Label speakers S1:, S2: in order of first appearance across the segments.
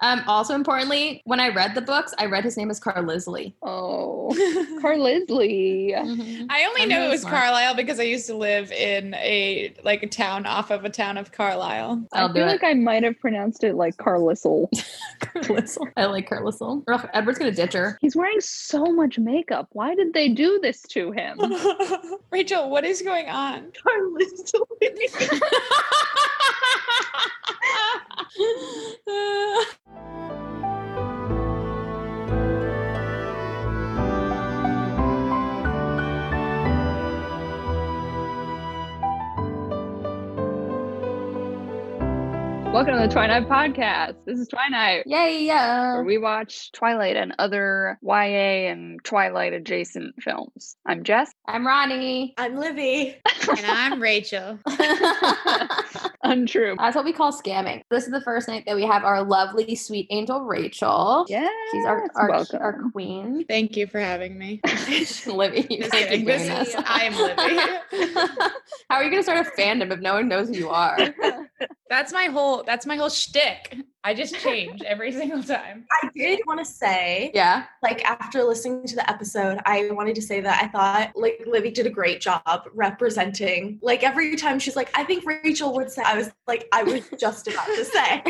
S1: Um, also importantly, when I read the books, I read his name as Carlisle.
S2: Oh, Carlisle.
S3: I only
S1: I'm
S3: know it
S1: really
S3: was
S1: smart.
S3: Carlisle because I used to live in a like a town off of a town of Carlisle.
S1: I'll
S2: I
S1: do
S2: feel
S1: it.
S2: like I might have pronounced it like Carlisle.
S1: Carlisle. I like Carlisle. Ugh, Edward's gonna ditch her.
S2: He's wearing so much makeup. Why did they do this to him?
S3: Rachel, what is going on?
S2: Carlisle. Welcome to the Twilight Podcast. This is Twilight.
S1: Yay!
S2: Where
S1: Yeah.
S2: we watch Twilight and other YA and Twilight adjacent films. I'm Jess.
S1: I'm Ronnie.
S4: I'm Livy.
S3: and I'm Rachel.
S1: That's
S2: Untrue.
S1: what we call scamming. This is the first night that we have our lovely, sweet angel Rachel.
S2: Yeah.
S1: She's our our,
S2: welcome.
S1: our queen.
S3: Thank you for having me.
S1: Livy,
S3: Just
S1: thank you
S3: kidding.
S1: for
S3: This
S1: doing
S3: is-
S1: this.
S3: I am Livy.
S1: How are you going to start a fandom if no one knows who you are?
S3: That's my whole that's my whole shtick. I just change every single time.
S4: I did want to say,
S1: Yeah.
S4: like, after listening to the episode, I wanted to say that I thought, like, Livy did a great job representing. Like, every time she's like, I think Rachel would say, I was like, I was just about to say.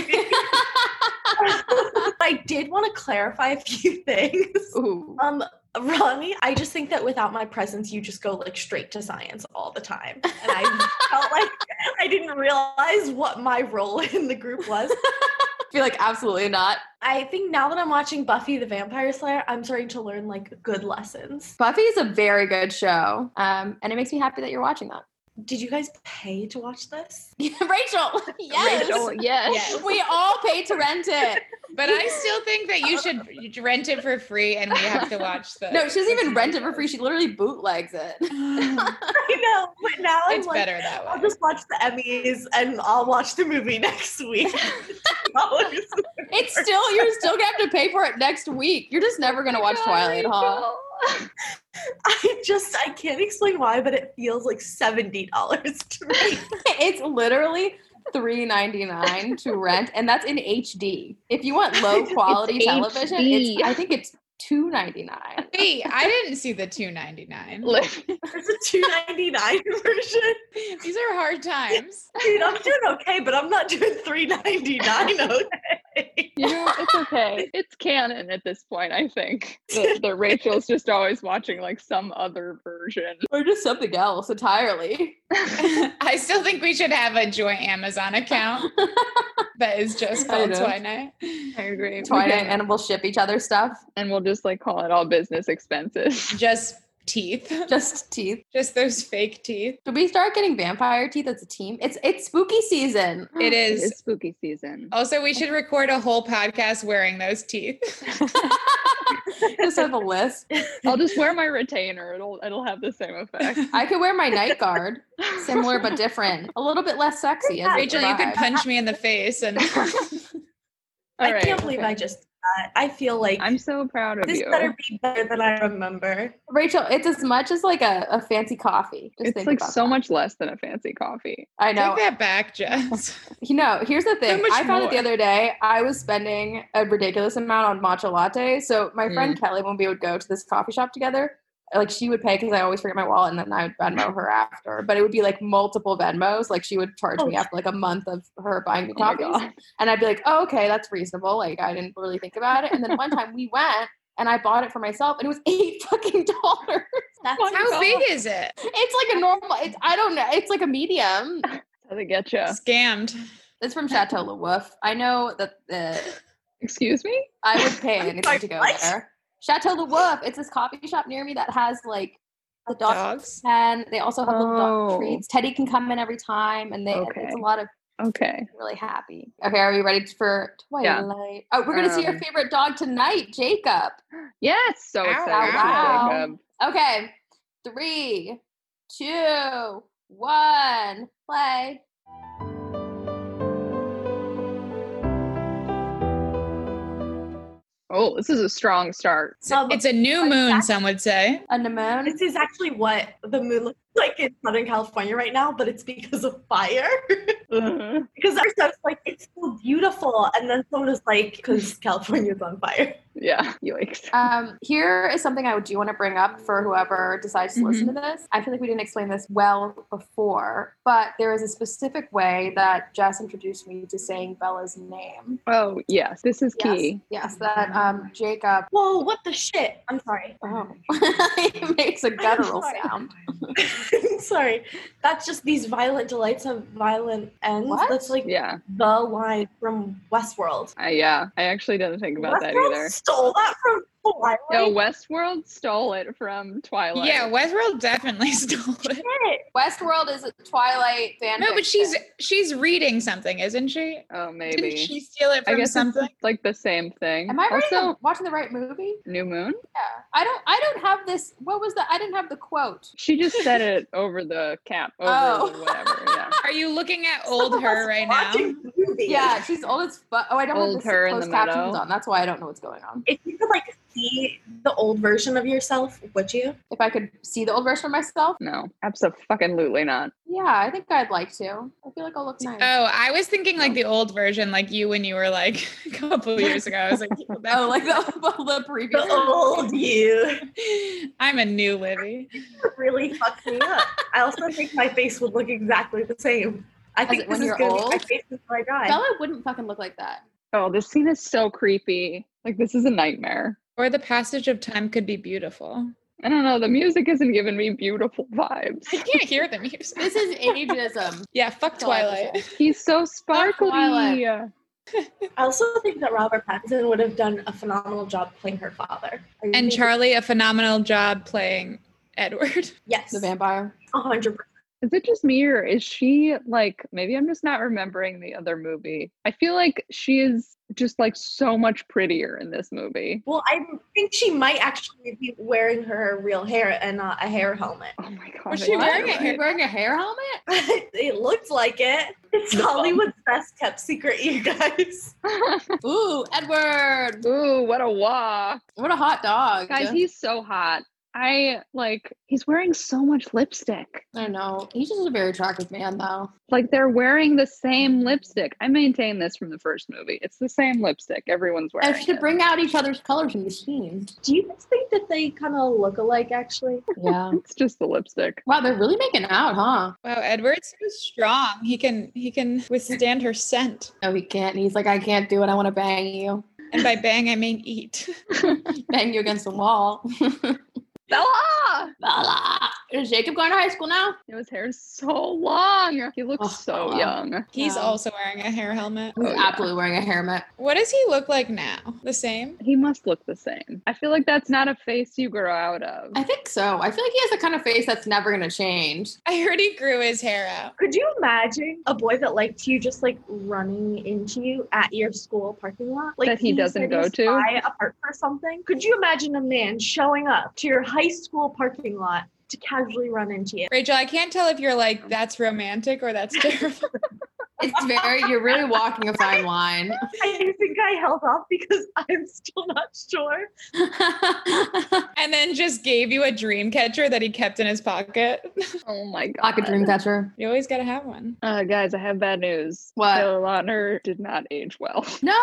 S4: I did want to clarify a few things.
S1: Ooh.
S4: Um, Ronnie, I just think that without my presence, you just go like straight to science all the time. And I felt like I didn't realize what my role in the group was.
S1: I feel like absolutely not.
S4: I think now that I'm watching Buffy the Vampire Slayer, I'm starting to learn like good lessons.
S1: Buffy is a very good show. Um, and it makes me happy that you're watching that.
S4: Did you guys pay to watch this?
S1: Rachel. Yes.
S2: Rachel, yes.
S3: Yes.
S1: We all pay to rent it.
S3: But I still think that you should rent it for free and we have to watch the
S1: No, she doesn't even rent it for free. She literally bootlegs it.
S4: I know, but now I'm
S3: It's
S4: like,
S3: better that way.
S4: I'll just watch the Emmys and I'll watch the movie next week.
S1: It's still you're still gonna have to pay for it next week. You're just never gonna watch
S2: Oh
S1: Twilight, huh?
S4: I just I can't explain why, but it feels like seventy dollars to me.
S1: It's literally three ninety nine to rent, and that's in HD. If you want low quality
S2: It's
S1: television,
S2: HD.
S1: it's I think it's two ninety nine.
S3: Wait, I didn't see the 299.
S2: Liv-
S4: There's a two ninety nine version.
S3: These are hard times.
S4: Dude, I'm doing okay, but I'm not doing three ninety nine. Okay.
S2: you know, it's okay. It's canon at this point, I think. That, that Rachel's just always watching like some other version.
S1: Or just something else entirely.
S3: I still think we should have a joint Amazon account that is just
S1: I
S3: called
S1: know.
S3: Twilight.
S2: I agree.
S1: Twilight and we'll ship each other stuff.
S2: And we'll just like call it all business expenses.
S3: Just teeth.
S1: Just teeth.
S3: Just those fake teeth.
S1: Should we start getting vampire teeth as a team? It's it's spooky season.
S2: It
S3: It
S2: is
S3: is. Oh.
S2: spooky season.
S3: Also, we should record a whole podcast wearing those teeth.
S1: just have a list.
S2: I'll just wear my retainer. It'll it'll have the same effect.
S1: I could wear my night guard, similar but different, a little bit less sexy. As a
S3: Rachel, you could
S1: vibe.
S3: punch me in the face and
S2: All
S4: I
S2: right,
S4: can't believe I just did that. I feel like
S2: I'm so proud of
S4: this
S2: you.
S4: better be better than I remember.
S1: Rachel, it's as much as like a, a fancy coffee. Just
S2: it's
S1: think
S2: like
S1: about
S2: so
S1: that.
S2: much less than a fancy coffee.
S1: I
S3: take
S1: know.
S3: that back, Jess.
S1: You know, here's the thing.
S3: much
S1: I found it the
S3: more.
S1: other day. I was spending a ridiculous amount on matcha latte. So
S3: Mm.
S1: my friend Kelly, when we would go to this coffee shop together, like she would pay because I always forget my wallet, and then I would
S3: Mm.
S1: Venmo her after. But it would be like multiple Venmos. Like she would charge
S3: Oh.
S1: me after like a month of her buying me
S2: Oh my
S1: coffees.
S2: God.
S1: And I'd be like, oh, okay, that's reasonable. Like, I didn't really think about it. And then one time we went and I bought it for myself and it was eight fucking dollars.
S4: That's
S2: Fuck.
S1: Oh
S3: How big is it?
S1: It's like a normal, it's, I don't know, it's like a medium.
S2: How they get you?
S3: Scammed.
S1: It's from Chateau Le Wolf. I know that uh,
S2: Excuse me?
S1: I would pay anything
S4: sorry,
S1: to go
S4: what?
S1: there. Chateau Le Wolf, it's this coffee shop near me that has like the dog
S3: Dogs.
S1: pen. They also have little
S2: Oh.
S1: dog treats. Teddy can come in every time and they,
S2: Okay.
S1: it's a lot of
S2: Okay.
S1: really happy. Okay, are we ready for
S2: Yeah.
S1: Twilight? Oh, we're gonna see your
S2: Um,
S1: favorite dog tonight, Jacob.
S2: Yes. So
S3: Ow,
S2: excited
S1: ow,
S2: for
S1: ow.
S2: Jacob.
S1: Okay, three, two, one, play.
S2: Oh, this is a strong start.
S4: So
S3: It's a new moon,
S4: Exactly.
S3: some would say.
S1: A pneumonia.
S4: this is actually what the moon looks like in Southern California right now, but it's because of fire. because our stuff's like it's so beautiful, and then someone is like, because California's on fire.
S2: Yeah. Yikes.
S1: Um, here is something I do want to bring up for whoever decides to
S2: Mm-hmm.
S1: listen to this. I feel like we didn't explain this well before, but there is a specific way that Jess introduced me to saying Bella's name.
S2: Oh, yes. This is
S1: Yes,
S2: key.
S1: yes, that um, Jacob
S4: Whoa, what the shit? I'm sorry.
S1: oh, he makes a guttural
S4: Sorry.
S1: sound.
S4: I'm sorry. That's just these violent delights have violent ends.
S1: What?
S4: That's like
S2: Yeah.
S4: the line from Westworld.
S2: I, yeah. I actually didn't think about that
S4: Westworld
S2: either.
S4: Stole that from Twilight.
S2: No, Westworld stole it from Twilight.
S3: Yeah, Westworld definitely stole it.
S4: Shit.
S1: Westworld is a Twilight fan.
S3: No, but she's
S1: fiction.
S3: she's reading something, isn't she?
S2: Oh,
S3: Didn't
S2: maybe.
S3: she steal it
S2: I
S3: from
S2: guess something.
S3: something?
S2: it's like the same thing.
S1: Am I reading
S2: also,
S1: the- watching the right movie?
S2: New Moon?
S1: Yeah, I don't. I don't have this. What was the? I didn't have the quote.
S2: She just said it over the cap, over
S1: Oh.
S2: the whatever. Yeah.
S3: Are you looking at old her right now?
S4: Watching movies.
S1: Yeah, she's old as fuck. Oh, I don't
S2: Old
S1: have the
S2: her in
S1: closed
S2: the
S1: captions
S2: meadow.
S1: on. That's why I don't know what's going on.
S4: If you could like see the old version of yourself, would you?
S1: If I could see the old version of myself,
S2: No, absolutely not.
S1: yeah, I think I'd like to. I feel like I'll look nice.
S3: Oh, I was thinking like the old version, like you when you were like a couple of years ago. I was like,
S1: oh, like the, the lip preview.
S4: The old you
S3: I'm a new Livy.
S4: really fucked me up. I also think my face would look exactly the same. I think
S1: it
S4: this
S1: when
S4: is
S1: you're
S4: gonna be my
S1: old?
S4: face until I die.
S1: Bella wouldn't fucking look like that.
S2: Oh, this scene is so creepy. Like, this is a nightmare.
S3: Or the passage of time could be beautiful.
S2: I don't know. The music isn't giving me beautiful vibes.
S3: I can't hear the music.
S1: This is ageism.
S3: Yeah, fuck
S1: That's all I have to
S3: Twilight.
S2: He's so
S1: Twilight.
S2: sparkly.
S4: I also think that Robert Pattinson would have done a phenomenal job playing her father. I
S3: And
S4: think-
S3: Charlie, a phenomenal job playing Edward.
S4: yes,
S1: the vampire.
S4: a hundred percent.
S2: Is it just me or is she like maybe I'm just not remembering the other movie? I feel like she is just like so much prettier in this movie.
S4: Well, I think she might actually be wearing her real hair and not a hair helmet.
S2: Oh my god.
S3: Was she
S2: I
S3: wearing
S2: love
S3: it?
S2: it.
S1: wearing a hair helmet?
S4: it looks like it. It's Hollywood's best kept secret, you guys.
S1: Ooh, Edward.
S2: Ooh, what a wah.
S1: What a hot dog.
S2: Guys, he's so hot. I like he's wearing so much lipstick.
S1: I don't know. He's just a very attractive man, though.
S2: Like they're wearing the same lipstick. I maintain this from the first movie. It's the same lipstick everyone's wearing.
S1: And to
S2: it.
S1: bring out each other's colors in the scene.
S4: Do you guys think that they kind of look alike, actually?
S1: Yeah.
S2: It's just the lipstick.
S1: Wow, they're really making out, huh?
S3: Wow, Edward's so strong. He can he can withstand her scent.
S1: No, he can't. He's like, I can't do it. I want to bang you.
S3: And by bang I mean eat.
S1: Bang you against the wall.
S2: Bella!
S1: Bella. Is Jacob going to high school now?
S2: His hair is so long. He looks
S1: Oh,
S2: so
S1: Bella.
S2: young.
S3: He's
S1: Yeah.
S3: also wearing a hair helmet.
S1: He's
S2: Oh, yeah.
S1: absolutely wearing a helmet.
S3: What does he look like now? The same?
S2: He must look the same. I feel like that's not a face you grow out of.
S1: I think so. I feel like he has the kind of face that's never going to change.
S3: I heard he grew his hair out.
S4: Could you imagine a boy that liked you just like running into you at your school parking lot? Like
S2: That he doesn't
S4: said
S2: go
S4: was
S2: to?
S4: By a park or something? Could you imagine a man showing up to your high school parking lot to casually run into you?
S3: Rachel, I can't tell if you're like that's romantic or that's terrible.
S1: It's very, you're really walking a fine line.
S4: I think I held off because I'm still not sure.
S3: and then just gave you a dream catcher that he kept in his pocket.
S2: oh my god.
S1: like a dream catcher.
S3: You always gotta have one.
S2: Uh, guys, I have bad news.
S1: What?
S2: Taylor Lautner did not age well.
S1: No,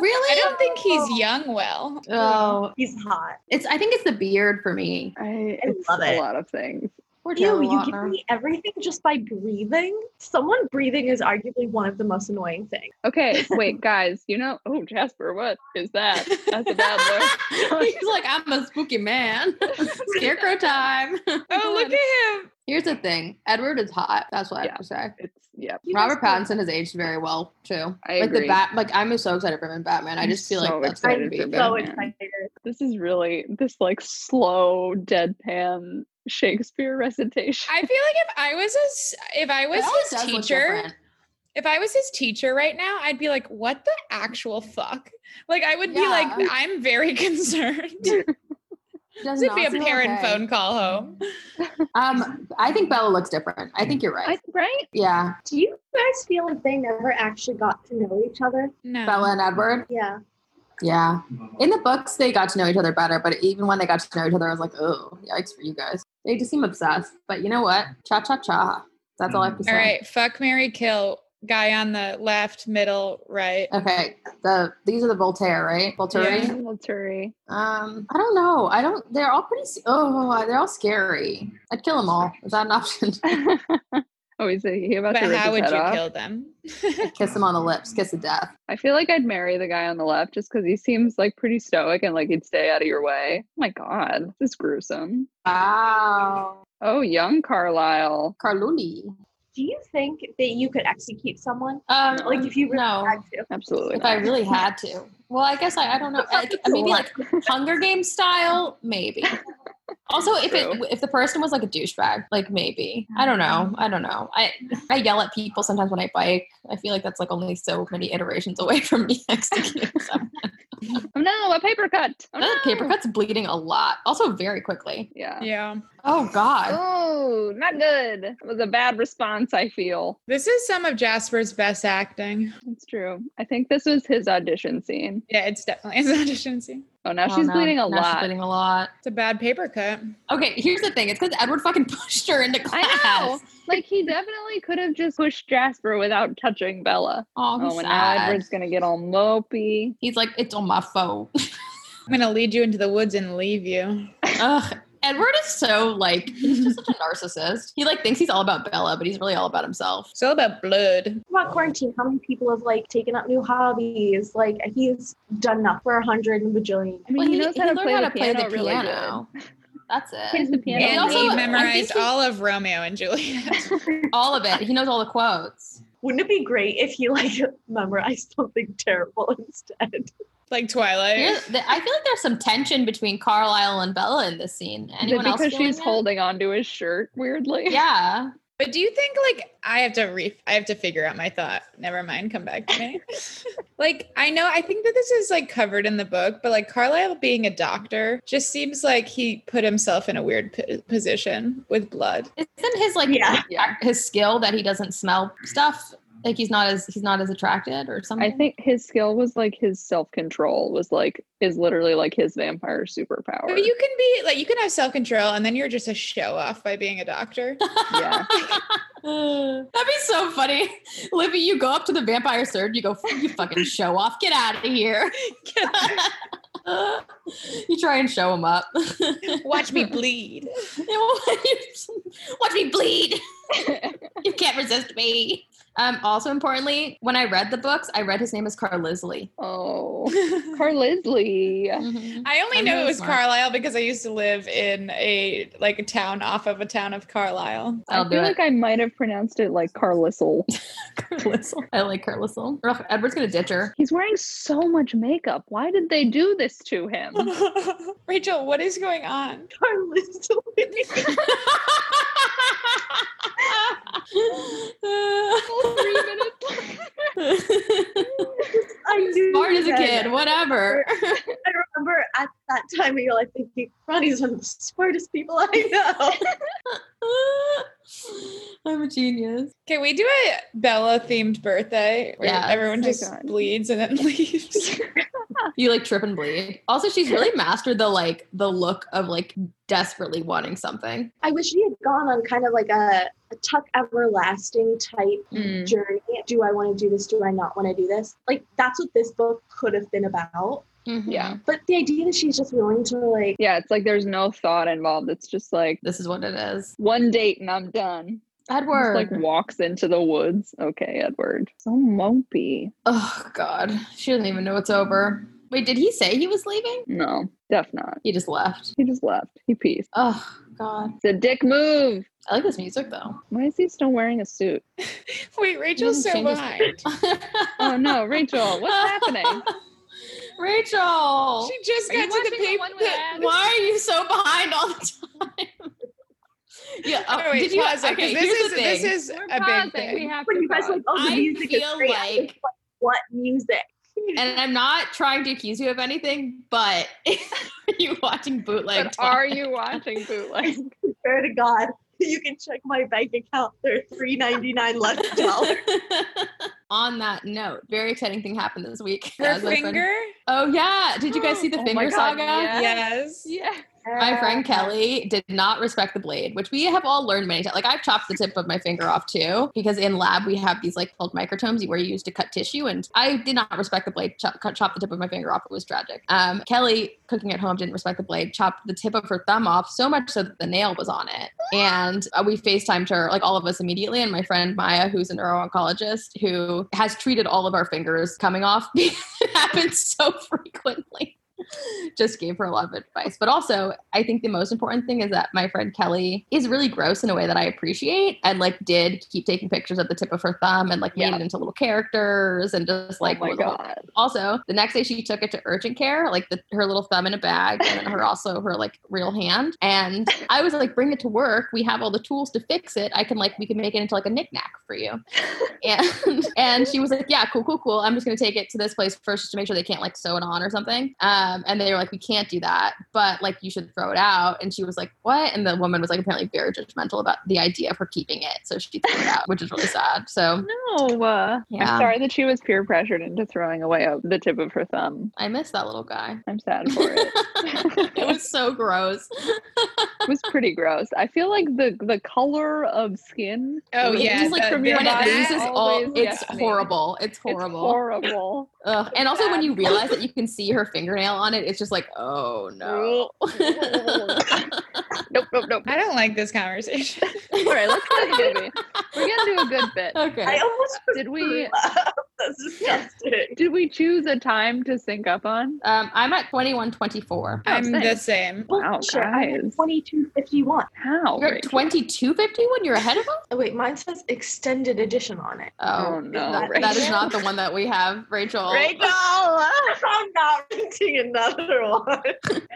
S1: really?
S3: I don't think he's young well.
S1: Oh,
S4: He's hot.
S1: it's. I think it's the beard for me.
S2: I,
S4: I
S2: it's
S4: love
S2: a
S4: it.
S2: lot of things.
S1: Poor Taylor
S4: Ew, you give
S1: Lautner.
S4: me everything just by breathing. Someone breathing is arguably one of the most annoying things.
S2: Okay, wait, guys, you know, oh, Jasper, what is that? That's a bad look.
S1: He's like, I'm a spooky man. Scarecrow time.
S3: Oh, look at him.
S1: Here's the thing. Edward is hot. That's what I
S2: Yeah.
S1: have to say.
S2: It's, yep.
S4: You guys
S1: Robert
S4: don't-
S1: Pattinson has aged very well too.
S2: I
S1: like
S2: agree.
S1: the bat. Like I'm so excited for him in Batman. I
S2: I'm
S1: just feel
S2: so
S1: like that's going
S2: excited
S1: to be.
S2: for
S4: So
S2: Batman.
S4: excited.
S2: This is really this like slow deadpan Shakespeare recitation.
S3: I feel like if I was his if I was
S1: It always
S3: his
S1: does look
S3: teacher,
S1: different.
S3: if I was his teacher right now, I'd be like, what the actual fuck? Like I would be
S1: Yeah.
S3: like, I'm very concerned.
S1: It does
S3: This would be
S1: not
S3: a
S1: look
S3: parent
S1: okay. Mm-hmm.
S3: phone call home.
S1: Um, I think Bella looks different. I think you're right.
S2: I- right?
S1: yeah,
S4: Do you guys feel like they never actually got to know each other?
S3: No.
S1: Bella and Edward.
S4: Yeah.
S1: Yeah. In the books, they got to know each other better, but even when they got to know each other, I was like, oh, yikes for you guys. They just seem obsessed. But you know what? Cha cha cha. That's all I have to say.
S3: All right, fuck Mary Kill. Guy on the left, middle, right.
S1: Okay. The these are the Voltaire, right? Voltaire.
S3: Yeah.
S2: Volturi.
S1: Um, I don't know. I don't. They're all pretty. s- Oh, they're all scary. I'd kill them all. Is that an option?
S2: oh, is he about
S3: But
S2: to rip his
S3: how would
S2: head
S3: you
S2: off?
S3: kill them?
S1: kiss them on the lips. Kiss of death.
S2: I feel like I'd marry the guy on the left just because he seems like pretty stoic and like he'd stay out of your way. Oh my God, this is gruesome.
S1: Wow.
S2: Oh, young Carlisle.
S1: Carluli.
S5: Do you think that you could execute someone?
S1: Um,
S5: Like if you really
S1: no.
S5: had to.
S2: Absolutely.
S1: If I
S2: not.
S1: really had to. Well, I guess I, I don't know. I, uh, maybe like Hunger Games style, maybe. Also, if it
S2: True. Mm-hmm.
S1: if the person was like a douchebag, like maybe I don't know, I don't know. I I yell at people sometimes when I bike. I feel like that's like only so many iterations away from me executing someone.
S2: Oh no, a paper cut. Oh,
S1: That
S2: no.
S1: paper cut's bleeding a lot, also very quickly.
S2: Yeah.
S3: yeah.
S1: Oh God,
S2: Oh, not good. It was a bad response, I feel.
S3: This is some of Jasper's best acting.
S2: It's true. I think this was his audition scene.
S3: Yeah, it's definitely his audition scene.
S2: Oh, now
S1: Oh,
S2: she's
S1: no.
S2: bleeding a
S1: Now she's
S2: lot.
S1: bleeding a lot.
S3: It's a bad paper cut.
S1: Okay, here's the thing. It's because Edward fucking pushed her into class.
S2: I know. Like he definitely could have just pushed Jasper without touching Bella.
S1: Oh, he's
S2: Oh, and now
S1: sad.
S2: Edward's gonna get all mopey.
S1: He's like, it's on my phone.
S3: I'm gonna lead you into the woods and leave you.
S1: Ugh. Edward is so like he's just such a narcissist. He like thinks he's all about Bella, but he's really all about himself.
S3: It's all about blood.
S5: What about quarantine? How many people have like taken up new hobbies? Like he's done enough for a hundred and bajillion.
S2: I mean, he, knows how to
S1: learned
S2: play, the, piano really good.
S1: That's it.
S2: Plays the piano.
S1: And
S3: And
S1: also,
S3: he
S1: I think
S3: memorized
S1: he-
S3: all of Romeo and Juliet.
S1: all of it. He knows all the quotes.
S5: Wouldn't it be great if he like memorized something terrible instead?
S3: like Twilight.
S1: Here- th- I feel like there's some tension between Carlisle and Bella in this scene.
S2: Is it
S1: Anyone else?
S2: because
S1: feeling
S2: she's
S1: it?
S2: holding onto his shirt weirdly.
S1: Yeah.
S3: But do you think like I have to re I have to figure out my thought. Never mind, come back to me. like I know I think that this is like covered in the book, but like Carlisle being a doctor just seems like he put himself in a weird p- position with blood.
S1: Isn't his like
S5: Yeah.
S2: Yeah.
S1: his skill that he doesn't smell stuff? Like he's not as he's not as attracted or something.
S2: I think his skill was like his self control was like is literally like his vampire superpower.
S3: But you can be like you can have self-control and then you're just a show off by being a doctor.
S2: yeah.
S1: That'd be so funny, Livy. You go up to the vampire surgeon. You go, you fucking show off. Get out of here. you try and show him up.
S3: Watch me bleed.
S1: Watch me bleed. you can't resist me. Um, also importantly, when I read the books, I read his name as Carl Lisley.
S2: Oh, Carlisle.
S3: I only
S1: I'm
S3: know
S1: really
S3: it was
S1: smart.
S3: Carlisle because I used to live in a like a town off of a town of Carlisle.
S1: I'll
S2: I
S1: do
S2: feel
S1: it.
S2: like I might have pronounced it like Carlisle.
S1: Carlisle. I like Carlisle. Ugh, Edward's gonna ditch her.
S2: He's wearing so much makeup. Why did they do this to him?
S3: Rachel, what is going on?
S5: Carlos,
S2: Three minutes.
S5: I knew
S1: Smart
S5: you
S1: as a
S5: had
S1: kid,
S5: it.
S1: whatever.
S5: I remember at that time of your life thinking, Ronnie's one of the smartest people I know.
S1: I'm a genius.
S3: Can we do a Bella themed birthday where
S1: Yeah.
S3: everyone
S2: Oh my
S3: just
S2: God.
S3: bleeds and then leaves?
S1: You like trip and bleed. Also, she's really mastered the like the look of like desperately wanting something.
S5: I wish he had gone on kind of like a, a Tuck Everlasting type journey. Do I want to do this? Do I not want to do this? Like, that's what this book could have been about.
S3: Mm-hmm.
S2: Yeah.
S5: But the idea that she's just willing to, like,
S2: Yeah, it's like there's no thought involved. It's just like
S1: This is what it is.
S2: one date and I'm done. Just
S1: Edward.
S2: like walks into the woods. Okay, Edward. So mopey.
S1: oh God, she doesn't even know it's over. Wait, did he say he was leaving?
S2: No, def not.
S1: He just left.
S2: He just left. He peaced.
S1: Oh God,
S2: It's a dick move.
S1: I like this music though.
S2: Why is he still wearing a suit?
S3: Wait, Rachel's so
S1: didn't change his-
S3: behind.
S2: Oh no, Rachel, what's happening?
S1: Rachel,
S3: She just
S2: Are you
S3: got to the
S2: watching the
S3: paper.
S2: one with ads?
S1: why are you so behind all the time? yeah. Oh,
S3: Oh, wait,
S1: did you?
S3: pause it, 'cause
S1: Okay,
S3: this
S1: here's
S3: is
S1: the thing.
S3: this is
S2: We're
S3: a
S2: pausing.
S3: big thing.
S2: have
S5: when you guys like, oh, the
S1: I
S5: music is
S1: feel
S5: great. I'm
S1: like-
S5: just what music?
S1: and I'm not trying to accuse you of anything, but are you watching bootleg?
S2: but are you watching bootleg?
S5: Swear to God, you can check my bank account. There are three ninety nine left dollars.
S1: On that note, very exciting thing happened this week.
S3: Her
S1: As my friend-
S3: finger?
S1: Oh yeah! Did you guys see the
S2: Oh my
S1: finger
S2: God,
S1: saga?
S2: yeah.
S3: Yes.
S2: Yeah.
S1: My friend
S2: Uh,
S1: Kelly did not respect the blade, which we have all learned many times. Like I've chopped the tip of my finger off too, because in lab we have these like called microtomes where you use to cut tissue, and I did not respect the blade. Chop, cut, chop the tip of my finger off. It was tragic. Um, Kelly cooking at home didn't respect the blade. Chopped the tip of her thumb off so much so that the nail was on it, and uh, we FaceTimed her like all of us immediately. And my friend Maya, who's a neuro-oncologist, who has treated all of our fingers coming off, it happens so frequently just gave her a lot of advice. But also, I think the most important thing is that my friend Kelly is really gross in a way that I appreciate and like did keep taking pictures of the tip of her thumb and like made
S2: Yeah.
S1: it into little characters and just like
S2: oh my
S1: little-
S2: god.
S1: also the next day she took it to urgent care like the, her little thumb in a bag and then her also her like real hand and i was like bring it to work we have all the tools to fix it i can like we can make it into like a knickknack for you and and she was like yeah cool cool cool i'm just going to take it to this place first just to make sure they can't like sew it on or something um, and they were like we can't do that but like you should throw it out and she was like what and the woman was like apparently very judgmental about the idea of her keeping it so she threw it out which is really sad so
S2: No. Uh,
S1: Yeah.
S2: I'm sorry that she was peer pressured into throwing away uh, the tip of her thumb.
S1: i miss that little guy
S2: I'm sad for it.
S1: it was so gross
S2: It was pretty gross. I feel like the the color of skin.
S3: Oh,
S2: really,
S3: yeah,
S1: It's like
S3: the-
S2: from
S3: the-
S2: your
S1: when it
S3: that
S2: body
S1: loses all,
S2: always
S1: it's
S2: gets me.
S1: horrible. It's
S2: It's
S1: horrible.
S2: horrible.
S1: Ugh. And also when
S2: bad.
S1: you realize that you can see her fingernail on it, it's just like, oh no.
S2: nope, nope, nope.
S3: I don't like this conversation.
S1: Oh,
S2: All right, let's go to the movie. We're gonna do a good bit.
S5: I
S1: okay.
S5: almost
S2: Did we
S5: That's disgusting.
S2: did we choose a time to sync up on?
S1: Um, I'm at 2124.
S3: I'm the
S2: same.
S3: same.
S2: Wow,
S5: Shit,
S2: guys.
S5: Twenty two fifty one.
S2: How?
S1: You're at
S2: Rachel?
S1: 2251? You're ahead of us?
S4: Oh, wait, mine says extended edition on it.
S2: Oh
S1: Oh,
S2: no,
S1: that-
S2: Rachel.
S1: that is not the one that we have, Rachel.
S5: I'm not renting another one.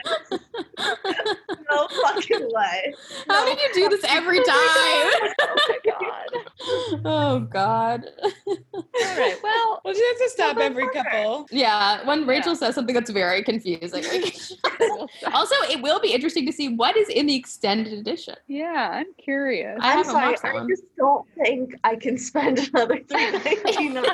S5: no fucking way.
S1: How did you do this every time?
S2: Oh my god.
S1: oh God.
S2: All right. Well,
S3: Well, she has to stop every couple.
S1: Yeah, when Rachel says something that's very confusing. like-
S2: we'll stop.
S1: also, it will be interesting to see what is in the extended edition.
S2: yeah, I'm curious.
S1: I
S5: I'm
S1: haven't
S5: sorry,
S1: watched that
S5: I
S1: one.
S5: just don't think I can spend another three ninety nine.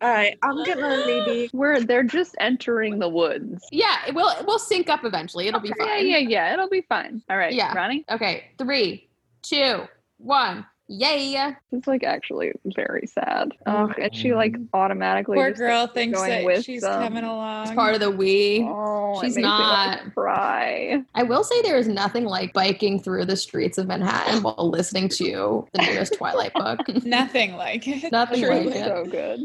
S5: All right, I'm gonna maybe.
S2: We're they're just entering the woods.
S1: Yeah, it will. We'll sync up eventually. It'll be
S2: Yeah,
S1: fine.
S2: yeah, yeah. It'll be fine. All right,
S1: Yeah.
S2: Ronnie.
S1: Okay, three, two, one. Yay!
S2: It's like actually very sad. Ugh, and she like automatically.
S3: Poor
S2: just
S3: girl thinks
S2: going
S3: that
S2: with,
S3: she's
S2: um,
S3: coming along.
S1: It's part of the we.
S2: Oh, it
S1: She's
S2: makes me want to
S1: not.
S2: Cry.
S1: I will say there is nothing like biking through the streets of Manhattan while listening to the newest Twilight book.
S3: Nothing like it.
S1: Nothing
S2: Sure,
S1: like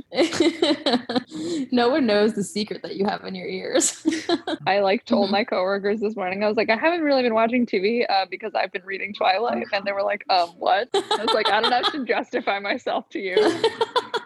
S2: it's
S1: it.
S2: so good.
S1: no one knows the secret that you have in your ears.
S2: I like told
S1: Mhm.
S2: my coworkers this morning. I was like, I haven't really been watching TV uh, because I've been reading Twilight, and they were like, Um, what? I was like, I don't have to justify myself to you.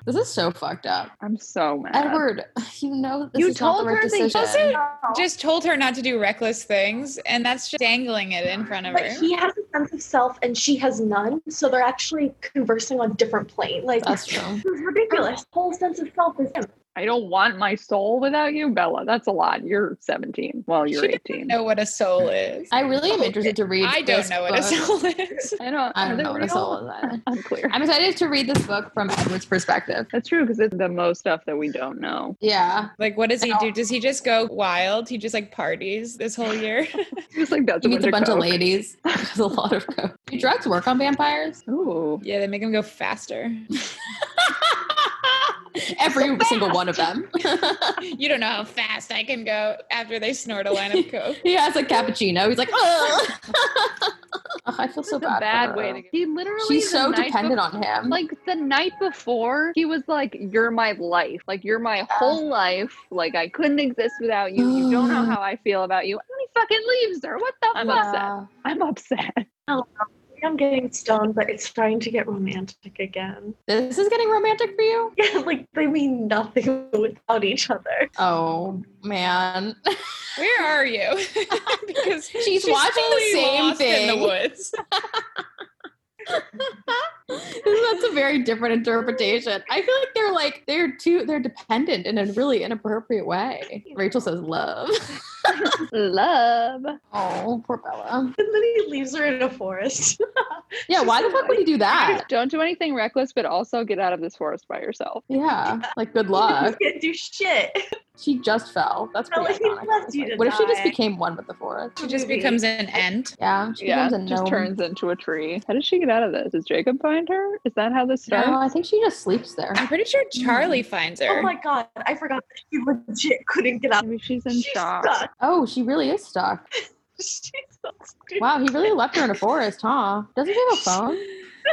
S1: this is so fucked up.
S2: I'm so mad.
S1: Edward, you know this
S2: You
S1: is not the
S2: told
S1: right
S2: her that-
S1: decision.
S3: Also,
S5: No.
S3: just told her not to do reckless things, and that's just dangling it in front of
S5: But
S3: her.
S5: he has a sense of self and she has none, so they're actually conversing on different plane. Like
S1: That's true.
S5: This is ridiculous. Whole sense of self is him.
S2: I don't want my soul without you, Bella. That's a lot. You're 17. Well, you're
S3: She doesn't
S2: 18.
S3: know what a soul is.
S1: I really am interested to read.
S3: I don't
S1: this
S3: know what a
S1: book.
S3: soul is.
S2: I don't.
S1: I
S2: are
S1: don't
S2: they
S1: know what a
S2: real?
S1: soul is either.
S2: Unclear.
S1: I'm excited to read this book from Edward's perspective.
S2: That's true because it's the most stuff that we don't know.
S1: Yeah.
S3: Like, what does he do? Does he just go wild? He just like parties this whole year.
S2: Just like that's
S1: He meets a bunch of
S2: coke.
S1: ladies. There's a lot of coke. Do drugs work on vampires?
S2: Ooh.
S3: yeah, they make him go faster.
S1: Every single one of them.
S3: You don't know how fast I can go after they snort a line of coke.
S1: he has a cappuccino. He's like, oh. I feel so
S2: It's
S1: bad.
S2: a bad
S1: for
S2: way
S1: her.
S2: to. Get- he literally.
S1: She's
S2: the
S1: so
S2: night
S1: dependent on him.
S2: like the night before he was like you're my life like you're my
S1: Ah.
S2: whole life like i couldn't exist without you you don't know how i feel about you and he fucking leaves her what the
S1: I'm
S2: fuck
S1: upset.
S2: i'm upset
S5: I'm getting stoned, but it's starting to get romantic again.
S1: This is getting romantic for you?
S5: Yeah, like they mean nothing without each other.
S1: Oh, man.
S3: Where are you? because
S1: She's watching the
S3: fully
S1: same
S3: lost in
S1: thing.
S3: the woods.
S1: That's a very different interpretation. I feel like they're like, they're too, they're dependent in a really inappropriate way. Rachel says love.
S2: Love.
S1: Oh, poor Bella.
S4: And then he leaves her in a forest.
S1: Yeah, why the fuck would he do that?
S2: Don't do anything reckless, but also get out of this forest by yourself.
S1: Yeah, like good luck.
S4: Can't do shit.
S1: She just fell. That's pretty
S4: Bella, he
S1: iconic.
S4: left
S1: honestly.
S4: you to
S1: What if she just
S4: die.
S1: became one with the forest?
S3: She just becomes an ent.
S1: Yeah, she
S2: yeah,
S1: becomes a
S2: just
S1: gnome.
S2: turns into a tree. How does she get out of this? Does Jacob find her? Is that how this starts?
S1: No, I think she just sleeps there.
S3: I'm pretty sure Charlie finds her.
S4: Oh my god, I forgot that he legit couldn't get out.
S2: Maybe she's in
S4: She's
S2: shock.
S4: stuck.
S1: Oh, she really is stuck.
S4: She's stuck.
S1: Wow, he really left her in a forest, huh? Doesn't she have a phone?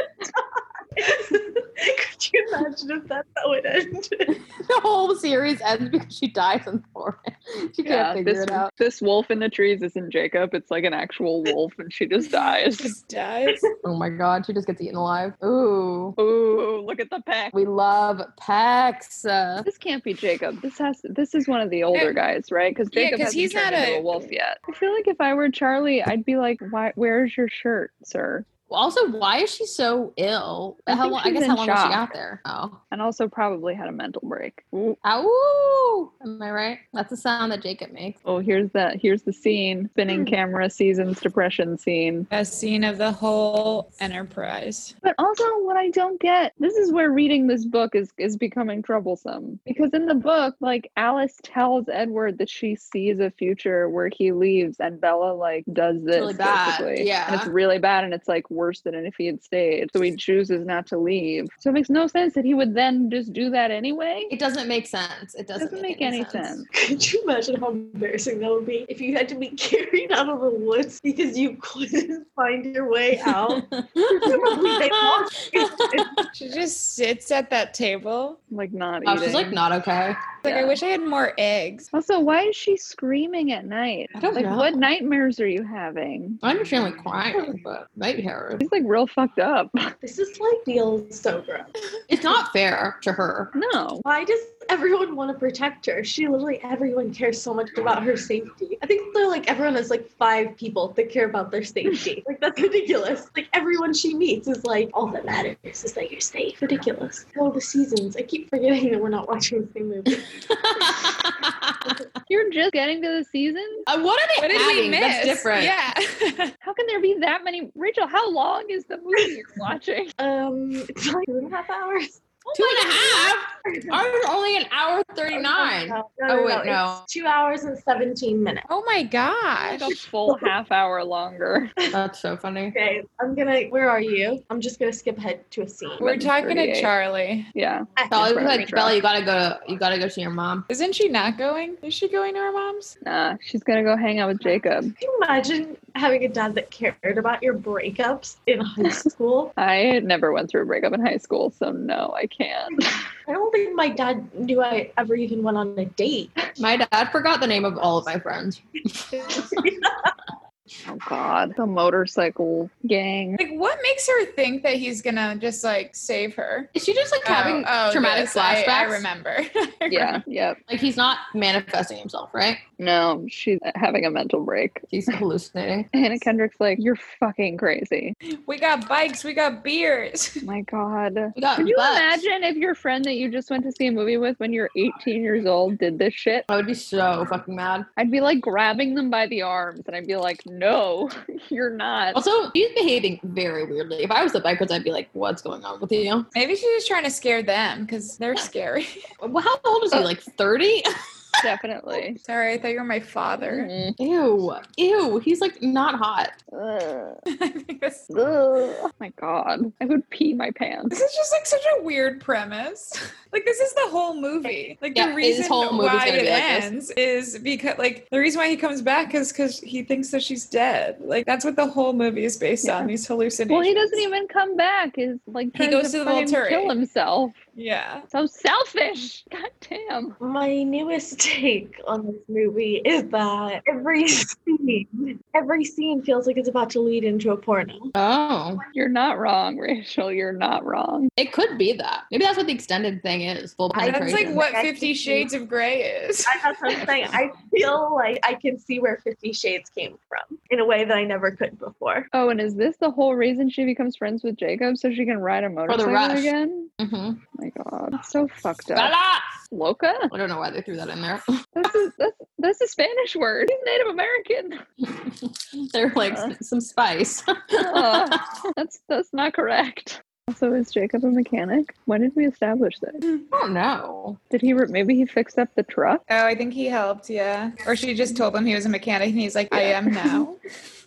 S4: Could you imagine if that's how it ended?
S1: The whole series ends because she dies in the forest. She
S2: Yeah,
S1: can't figure
S2: this,
S1: it out.
S2: this wolf in the trees isn't Jacob. It's like an actual wolf, and she just dies.
S3: Just dies.
S1: Oh my god, she just gets eaten alive. Ooh.
S2: Ooh, look at the pack.
S1: We love Pex. Uh,
S2: This can't be Jacob. This has. This is one of the older guys, right? Because
S3: Yeah,
S2: Jacob
S3: 'cause
S2: hasn't
S3: he's
S2: turned
S3: not
S2: into
S3: a-
S2: a wolf yet. I feel like if I were Charlie, I'd be like, "Why? Where's your shirt, sir?"
S1: also, why is she so ill?
S2: I
S1: how
S2: think
S1: long? I
S2: she's
S1: guess
S2: in
S1: how long was she
S2: shock.
S1: out there? Oh.
S2: And also probably had a mental break.
S1: Ow! Am I right? That's the sound that Jacob makes.
S2: Oh, here's the here's the scene. Spinning camera seasons depression scene.
S3: Best scene of the whole enterprise.
S2: But also what I don't get, this is where reading this book is is becoming troublesome. Because in the book, like Alice tells Edward that she sees a future where he leaves and Bella like does this
S1: really bad,
S2: basically. And it's
S1: yeah.
S2: really bad and it's like worse than if he had stayed. So he chooses not to leave. So it makes no sense that he would then just do that anyway.
S1: It doesn't make sense. It doesn't, make, any sense.
S4: Could you imagine how embarrassing that would be if you had to be carried out of the woods because you couldn't find your way out? Presumably they lost you.
S3: She just sits at that table.
S2: Like not
S1: Oh,
S2: eating.
S1: she's like not okay.
S3: Like, I
S2: Yeah.
S3: wish I had more eggs.
S2: Also, why is she screaming at night?
S1: I don't
S2: like,
S1: know.
S2: what nightmares are you having?
S1: I understand like crying, but night terror.
S2: She's like real fucked up.
S4: This is like feels so gross.
S1: It's not fair to her.
S2: No.
S4: Why does everyone want to protect her? She literally everyone cares so much about her safety. I think they're like everyone has like five people that care about their safety. like that's ridiculous. Like everyone she meets is like all that matters is that you're safe. Ridiculous. All the seasons. I keep forgetting that we're not watching the same movie.
S1: Uh,
S2: You're just getting to the season?
S1: Uh, what are they
S3: What did we
S1: adding
S3: miss?
S1: that's different?
S3: Yeah.
S2: How can there be that many? Rachel, how long is the movie you're watching?
S4: Um, it's like two and a half hours.
S1: Two and a half. Ours is only an hour thirty nine.
S4: No,
S1: Oh, wait, no.
S4: It's two hours and seventeen minutes.
S3: oh my
S2: Like
S3: gosh.
S2: a full half hour longer.
S1: That's so funny.
S4: Okay, I'm gonna. Where are you? I'm just gonna skip ahead to a scene.
S3: We're talking to
S2: 38.
S3: Charlie.
S2: Yeah.
S1: Bella was
S2: Right,
S1: like,
S2: right.
S1: Bella, you gotta go. You gotta go see your mom.
S3: Isn't she not going? Is she going to her mom's?
S2: Nah, she's going to go hang out with Jacob.
S4: Can you imagine having a dad that cared about your breakups in high school?
S2: I never went through a breakup in high school, so no, I can't.
S4: I don't think my dad knew I ever even went on a date.
S1: My dad forgot the name of all of my friends.
S2: Oh, God. The motorcycle gang.
S3: Like, what makes her think that he's gonna just like save her?
S1: Is she just like having
S3: Oh, oh,
S1: traumatic
S3: this, I-
S1: flashbacks?
S3: I, remember. I
S2: Yeah, yep.
S1: Like he's not manifesting himself, right?
S2: No, she's having a mental break.
S1: He's hallucinating.
S2: Hannah Kendrick's like, You're fucking crazy.
S3: We got bikes, we got beers.
S2: My God.
S1: We got
S2: Could you
S1: butts.
S2: imagine if your friend that you just went to see a movie with when you're 18 years old did this shit?
S1: I would be so fucking mad.
S2: I'd be like grabbing them by the arms and I'd be like, no, you're not.
S1: Also, she's behaving very weirdly. If I was the bikers, I'd be like, "What's going on with you?
S3: Maybe she's just trying to scare them because they're scary.
S1: Well, how old is he? Like 30?
S2: Definitely.
S3: Sorry, I thought you were my father.
S2: Mm.
S1: Ew, ew. He's like not hot.
S3: Mm-hmm.
S2: Ugh.
S3: I think this,
S2: Ugh. Oh my God. I would pee my pants.
S3: this is just like such a weird premise. Like this is the whole movie. Like
S1: Yeah,
S3: the
S1: his
S3: reason
S1: whole movie's
S3: why
S1: gonna
S3: it
S1: be like this.
S3: ends is because like the reason why he comes back is because he thinks that she's dead. Like that's what the whole movie is based
S2: Yeah.
S3: on. These hallucinations.
S2: Well, he doesn't even come back. Is like
S3: He
S2: tries
S3: goes to the
S2: fucking
S3: Volturi.
S2: kill himself.
S3: Yeah.
S2: So selfish. God damn.
S4: My newest take on this movie is that every scene, every scene feels like it's about to lead into a porno.
S1: Oh,
S2: You're not wrong, Rachel. You're not wrong.
S1: it could be that. Maybe that's what the extended thing is. Full
S4: I-
S1: penetration.
S3: That's like what
S4: Like, I
S3: Fifty
S4: think-
S3: Shades of Grey is.
S4: I- That's what I'm saying. I feel like I can see where Fifty Shades came from in a way that I never could before.
S2: Oh, and is this the whole reason she becomes friends with Jacob so she can ride a motorcycle
S1: rush.
S2: again? Oh
S1: hmm
S2: My God, so fucked up.
S1: Bella!
S2: Loca?
S1: I don't know why they threw that in there.
S2: This is, that's, That's a Spanish word. He's Native American.
S1: They're like
S2: Uh.
S1: s- some spice.
S2: Uh, that's that's not correct. Also, is Jacob a mechanic? When did we establish this?
S1: I don't know.
S2: Did he? Re- maybe he fixed up the truck.
S3: Oh, I think he helped, yeah. Or she just told him he was a mechanic and he's like, I
S2: Yeah.
S3: am now.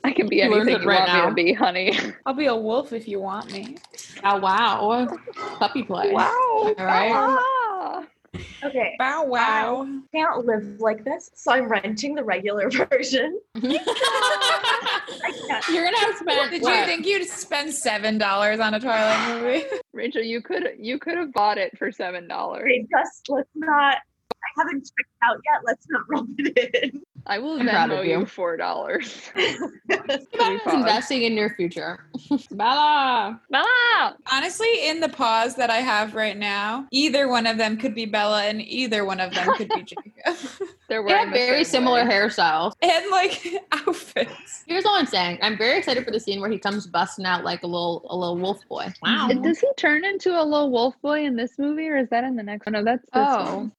S2: I can be
S1: You learned
S2: anything
S1: it
S2: you
S1: right
S2: want
S1: now.
S2: me to be, honey.
S3: I'll be a wolf if you want me.
S1: Wow, wow. Puppy play.
S2: Wow!
S1: right.
S2: Ah.
S4: Okay,
S3: Bow wow.
S4: I can't live like this, so I'm renting the regular version. I can't.
S1: You're gonna have spent.
S3: Did
S1: what?
S3: you think you'd spend seven dollars on a Twilight movie?
S2: Rachel, you could you could have bought it for seven dollars.
S4: Okay, just let's not. I haven't checked out yet. Let's not rub it in.
S2: I will
S1: I'm proud of
S2: Venmo you
S1: you.
S2: four dollars.
S1: Think about
S2: Pretty
S1: investing in your future? Bella.
S2: Bella,
S3: Honestly, in the pause that I have right now, either one of them could be Bella and either one of them could be Jacob.
S1: They
S2: they're wearing
S1: have
S2: the
S1: very
S2: same
S1: similar
S2: way.
S1: hairstyles.
S3: and like outfits.
S1: Here's all I'm saying. I'm very excited for the scene where he comes busting out like a little a little wolf boy. Wow.
S2: Does he turn into a little wolf boy in this movie, or is that in the next one? No, that's this
S1: Oh.
S2: one.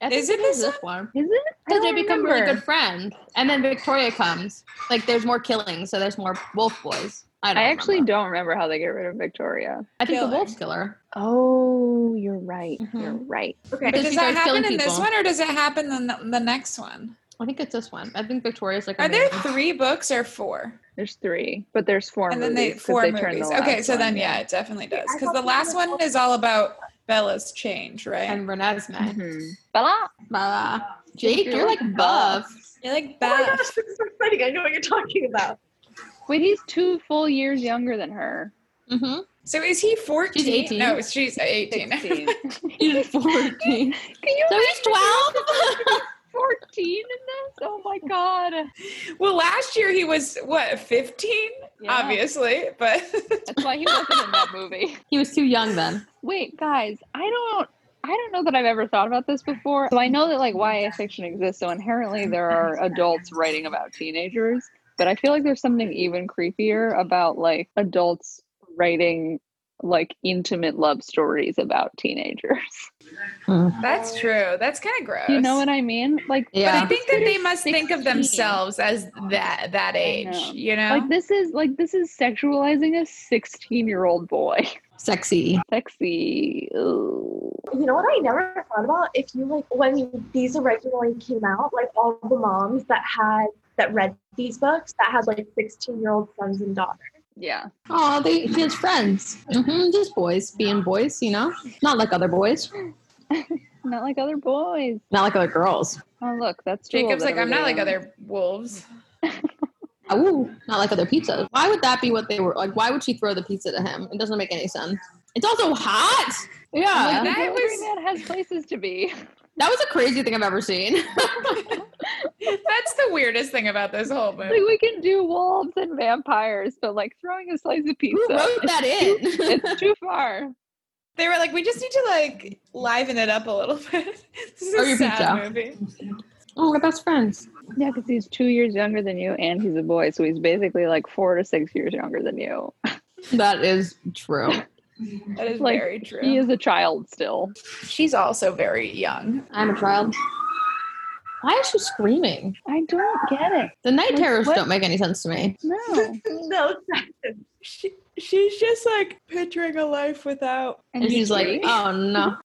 S1: I think
S3: Is it this
S1: one?
S2: Is it? I
S1: Because they
S2: don't
S1: become really
S2: remember.
S1: good friends, and then Victoria comes. Like, there's more killing, so there's more wolf boys. I, don't
S2: I actually
S1: remember.
S2: don't remember how they get rid of Victoria.
S1: I think
S3: Killing.
S1: the wolf's killer.
S2: Oh, you're right. You're
S3: Mm-hmm.
S2: right.
S4: Okay,
S1: Because
S3: Does
S1: she
S3: that
S1: starts killing
S3: happen in this
S1: people.
S3: one or does it happen in the, the next one?
S1: I think it's this one. I think Victoria's like.
S3: Are there
S1: amazing.
S3: three books or four?
S2: There's three, but there's four
S3: and then
S2: movies.
S3: they
S2: 'cause
S3: four
S2: turned the
S3: movies.
S2: last
S3: Okay, so
S2: one,
S3: then yeah, it definitely does.
S4: I
S3: Because
S4: thought
S3: the
S4: they
S3: last
S4: were
S3: one
S4: all-
S3: is all about Bella's change, right?
S1: and Renesmee.
S2: Mhm. Bella,
S1: Bella. Jake,
S2: You're
S1: you're like
S2: like
S1: buff.
S3: You're like
S4: Oh my
S3: Bella.
S4: gosh, this is so exciting. I know what you're talking about.
S2: wait, he's two full years younger than her.
S1: Mm-hmm.
S3: so is he fourteen?
S1: 18.
S3: No, she's eighteen.
S2: 16. Can
S1: He's 14.
S2: you
S1: so he's 12?
S2: 14 in this? Oh my god.
S3: well, last year he was what fifteen,
S2: Yeah,
S3: obviously, but
S2: That's why he wasn't in that movie.
S1: he was too young then.
S2: Wait, guys, I don't I don't know that I've ever thought about this before. So I know that like YA fiction exists, so inherently there are adults writing about teenagers, but I feel like there's something even creepier about like adults writing like intimate love stories about teenagers.
S3: that's true. That's kind of gross.
S2: Oh. You know what I mean? Like
S3: But I
S1: Yeah.
S3: think that they must think of
S2: 16.
S3: themselves as that that age.
S2: know.
S3: You know,
S2: like this is like this is sexualizing a 16-year-old boy.
S1: Sexy.
S2: Sexy. Ooh.
S4: You know what I never thought about? If you like when these originally came out, like all the moms that had that read these books that had like 16 year old sons and daughters.
S2: Yeah.
S1: Oh, they he has friends. hmm Just boys being boys, you know? Not like other boys.
S2: Not like other boys.
S1: Not like other girls.
S2: Oh look, that's Jewel
S3: Jacob's
S2: that
S3: like, I'm not like
S2: everybody
S3: other wolves.
S1: Ooh, not like other pizzas. Why would that be what they were like? Why would she throw the pizza to him? It doesn't make any sense. It's also hot. Yeah,
S2: Like,
S3: That
S2: that
S3: was-
S2: man has places to be.
S1: that was a crazy thing I've ever seen.
S3: That's the weirdest thing about this whole
S2: like
S3: movie.
S2: we can do wolves and vampires, but like throwing a slice of
S1: Who
S2: pizza,
S1: wrote that in?
S2: it's too far.
S3: They were like, we just need to like liven it up a little bit. this is
S1: Or
S3: a
S1: your
S3: sad
S1: pizza.
S3: movie.
S1: oh, we're best friends.
S2: Yeah, because he's two years younger than you, and he's a boy, so he's basically like four to six years younger than you.
S1: That is true.
S3: That is
S2: Like,
S3: very true.
S2: He is a child still.
S3: She's also very young.
S1: I'm a child. Why is she screaming?
S2: I don't get it.
S1: The night
S2: Like,
S1: terrors
S2: what-
S1: don't make any sense to me.
S2: No,
S4: no sense.
S3: She, she's just like picturing a life without.
S1: And she's like, oh no.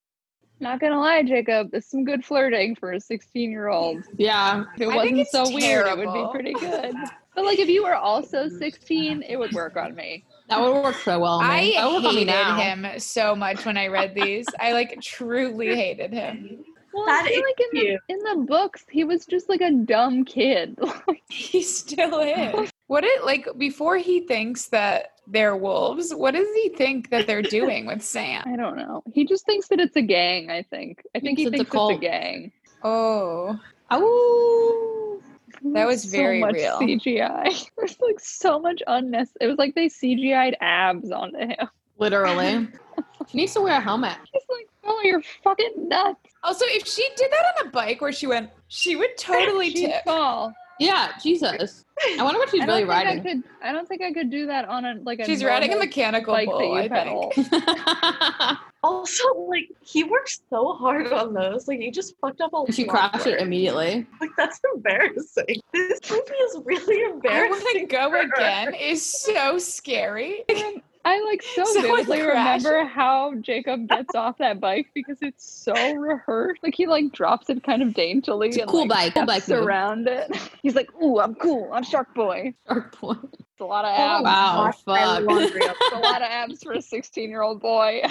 S2: not gonna lie, Jacob, it's some good flirting for a sixteen-year-old.
S1: Yeah.
S2: If it
S3: think
S2: wasn't
S3: it's
S2: so weird, it would be
S3: terrible.
S2: pretty good. But like, if you were also sixteen, it would work on me.
S1: That would work so well. on
S3: I
S1: me. That would work Oh, on me
S3: hated
S1: now.
S3: him so much when I read these. I like truly hated him.
S2: Well,
S4: That
S2: I feel
S4: is
S2: like in the,
S4: cute.
S2: in the books, he was just like a dumb kid.
S3: He still is. What it like before he thinks that they're wolves? What does he think that they're doing with Sam?
S2: I don't know. He just thinks that it's a gang, I think. I think he
S1: thinks
S2: thinks
S1: it's
S2: it's
S1: a
S2: a,
S1: cult.
S2: gang.
S3: Oh,
S1: Oh.
S3: That was very
S2: so much
S3: real.
S2: CGI. There's like so much unnecessary. It was like they CGI'd abs onto him.
S1: Literally. she needs to wear a helmet.
S2: He's like, oh, you're fucking nuts.
S3: Also, if she did that on a bike where she went, she would totally
S2: She'd
S3: tip.
S2: fall.
S1: Yeah, Jesus. I wonder what she's
S2: I
S1: really
S2: don't think I
S1: riding.
S2: could. I don't think I could do that on a like a.
S3: She's riding a
S2: normal
S3: mechanical
S2: bike that
S3: bull,
S2: you
S3: I
S2: pedal.
S3: think.
S4: Also, like he works so hard on those. Like you just fucked up all.
S1: she
S4: the
S1: crashed it
S4: artwork.
S1: immedially.
S4: Like that's embarrassing. This movie is really
S3: I want to
S4: embarrassing.
S3: go again is so scary.
S2: I like so
S3: Someone
S2: vividly
S3: crashed.
S2: remember how Jacob gets off that bike because it's so rehearsed. Like he like drops it kind of daintily.
S1: It's a
S2: and,
S1: cool bike,
S2: like,
S1: cool
S2: steps
S1: bike move.
S2: around it. He's like, "Ooh, I'm cool. I'm Shark Boy."
S1: Shark boy.
S2: It's a lot of
S1: Oh,
S2: abs.
S1: wow,
S5: I
S1: fuck.
S5: laundry up.
S2: It's a lot of abs for a 16 year old boy.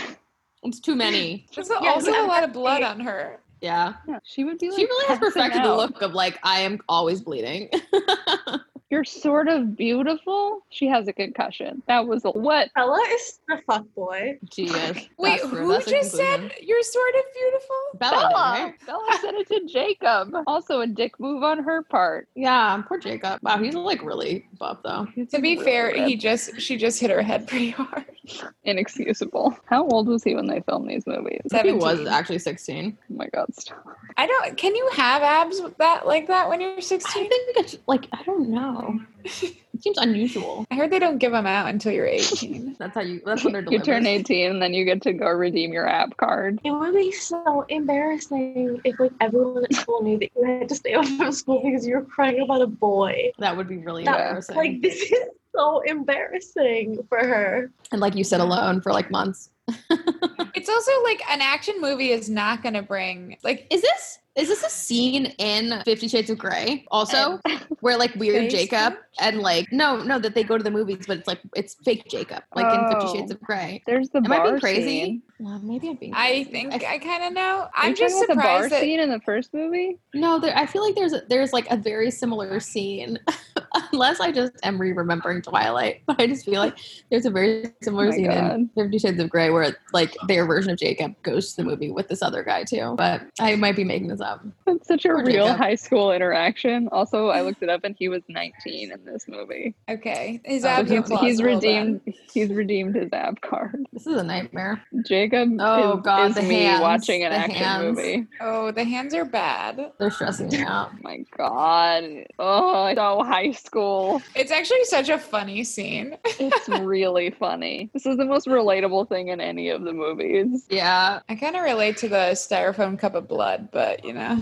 S1: It's too many.
S3: There's also a lot of blood on her.
S1: Yeah.
S2: Yeah, she would be like,
S1: She really has
S2: passing
S1: perfected the
S2: out.
S1: look of like I am always bleeding.
S2: You're sort of beautiful. She has a concussion. That was a what?
S4: Ella is the fuck boy.
S1: Jesus. That's
S3: Wait,
S1: true.
S3: who
S1: That's a
S3: just
S1: conclusion.
S3: said you're sort of beautiful?
S1: Bella? did,
S2: Bella.
S1: right?
S2: Bella said it to Jacob. Also a dick move on her part.
S1: Yeah, poor Jacob. Wow, he's like really buff though.
S3: To be
S2: Really
S3: fair,
S2: ripped.
S3: he just she just hit her head pretty hard.
S2: inexcusable. How old was he when they filmed these movies? Oh
S1: He was uh,
S3: 17.
S1: actually 16.
S2: my god, stop.
S3: I don't. Can you have abs with that like that when you're
S1: I
S3: 16?
S1: think it's like I don't know. It seems unusual.
S3: I heard they don't give them out until you're 18.
S1: That's how you. That's when they're
S2: You
S1: delivered.
S2: turn 18 and then you get to go redeem your app card.
S4: It would be so embarrassing if like everyone at school knew that you had to stay away from school because you were crying about a boy.
S1: That would be really
S4: That-
S1: embarrassing.
S4: Like this is so embarrassing for her.
S1: and like you said, alone for like months.
S3: it's also like an action movie is not going to bring like
S1: Is this is this a scene in Fifty Shades of Grey also where like weird
S3: Face
S1: Jacob and like no no that they go to the movies but it's like it's fake Jacob like in Fifty
S2: Oh.
S1: Shades of Grey.
S2: There's the
S1: Am I
S2: bar
S1: being crazy?
S2: scene.
S1: Well, maybe I'm being.
S3: I
S1: crazy.
S3: think
S1: I
S3: I kind of know.
S2: Are
S3: I'm
S2: you
S3: just
S2: talking about the bar
S3: surprised that
S2: scene in the first movie.
S1: No, there, I feel like there's a, there's like a very similar scene, unless I just am re-remembering Twilight. But I just feel like there's a very similar
S2: My
S1: scene
S2: God.
S1: in Fifty Shades of Grey where like their version of Jacob goes to the movie with this other guy too. But I might be making this up.
S2: That's such a
S1: Poor
S2: real
S1: Jacob.
S2: high school interaction. Also, I looked it up and he was 19 in this movie.
S3: okay, his
S1: Oh,
S3: ab
S1: he's-
S3: applause.
S2: he's redeemed. He's redeemed his app card.
S1: This is a nightmare.
S2: Jacob
S1: Oh,
S2: is,
S1: God,
S2: is
S1: the
S2: me
S1: hands,
S2: watching an
S1: the
S2: action
S1: hands.
S2: movie.
S3: Oh, the hands are bad.
S1: They're stressing me out.
S2: Oh my god. Oh, so high school.
S3: It's actually such a funny scene.
S2: It's really funny. This is the most relatable thing in any of the movies.
S1: Yeah,
S3: I kind of relate to the styrofoam cup of blood, but you know,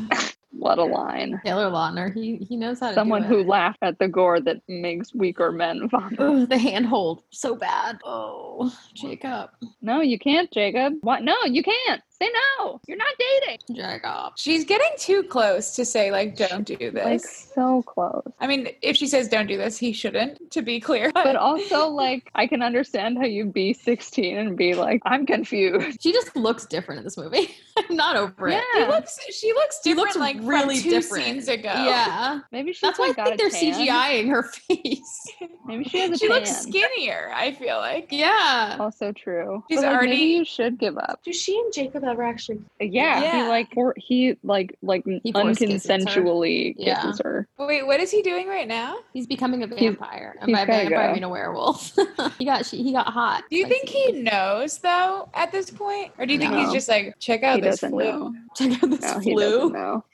S2: What a line.
S1: Taylor Lautner. He he knows how to.
S2: Someone
S1: do
S2: who
S1: it.
S2: laughed at the gore that makes weaker men vomit.
S1: Ugh, the handhold so bad. Oh, Jacob,
S2: No, you can't, Jacob. What? No, you can't. Say no. You're not dating.
S1: Jacob.
S3: she's getting too close to say like, "Don't do
S2: Like,
S3: this."
S2: so close.
S3: I mean, if she says don't do this, he shouldn't, to be clear.
S2: But also, like, I can understand how you be 16 and be like, I'm confused.
S1: She just looks different in this movie. I'm not over it.
S3: she
S2: Yeah.
S3: looks she looks
S1: She looks
S3: different like
S1: really
S3: from two
S1: different.
S3: scenes ago.
S1: Yeah.
S2: Maybe she's
S1: That's why
S2: like,
S1: I
S2: got
S1: think
S2: a
S1: they're
S2: tan.
S1: CGIing her face.
S2: Maybe she has a
S3: She
S2: tan.
S3: looks skinnier, I feel like.
S1: yeah.
S2: Also true.
S3: She's
S2: but, like,
S3: already-
S2: maybe you should give up.
S4: Do she and Jacob ever actually?
S2: Yeah,
S3: Yeah.
S2: he like for, he like like
S1: force kisses her.
S2: unconsensually
S1: Yeah.
S2: kisses her.
S3: Wait, what is he doing right now?
S1: He's becoming a
S2: He's-
S1: vampire. and
S2: he's
S1: by
S2: gotta
S1: vampire,
S2: go.
S1: I mean a werewolf. he got she, he got hot.
S3: Do you think he
S1: Spicy.
S3: knows though at this point? Or do you think
S1: No.
S3: he's just like, check out
S2: He
S3: this
S2: doesn't
S3: flu?
S2: know.
S1: check out this
S2: No, he
S1: flu?
S2: doesn't know.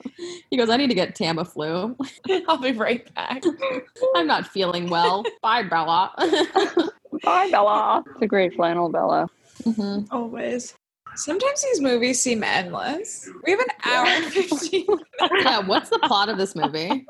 S1: He goes, I need to get Tamiflu.
S3: I'll be right back.
S1: I'm not feeling well. Bye, Bella.
S2: Bye, Bella. It's a great flannel, Bella.
S1: Mhm.
S3: Always. Sometimes these movies seem endless. We have an hour and 15.
S1: Yeah. What's the plot of this movie?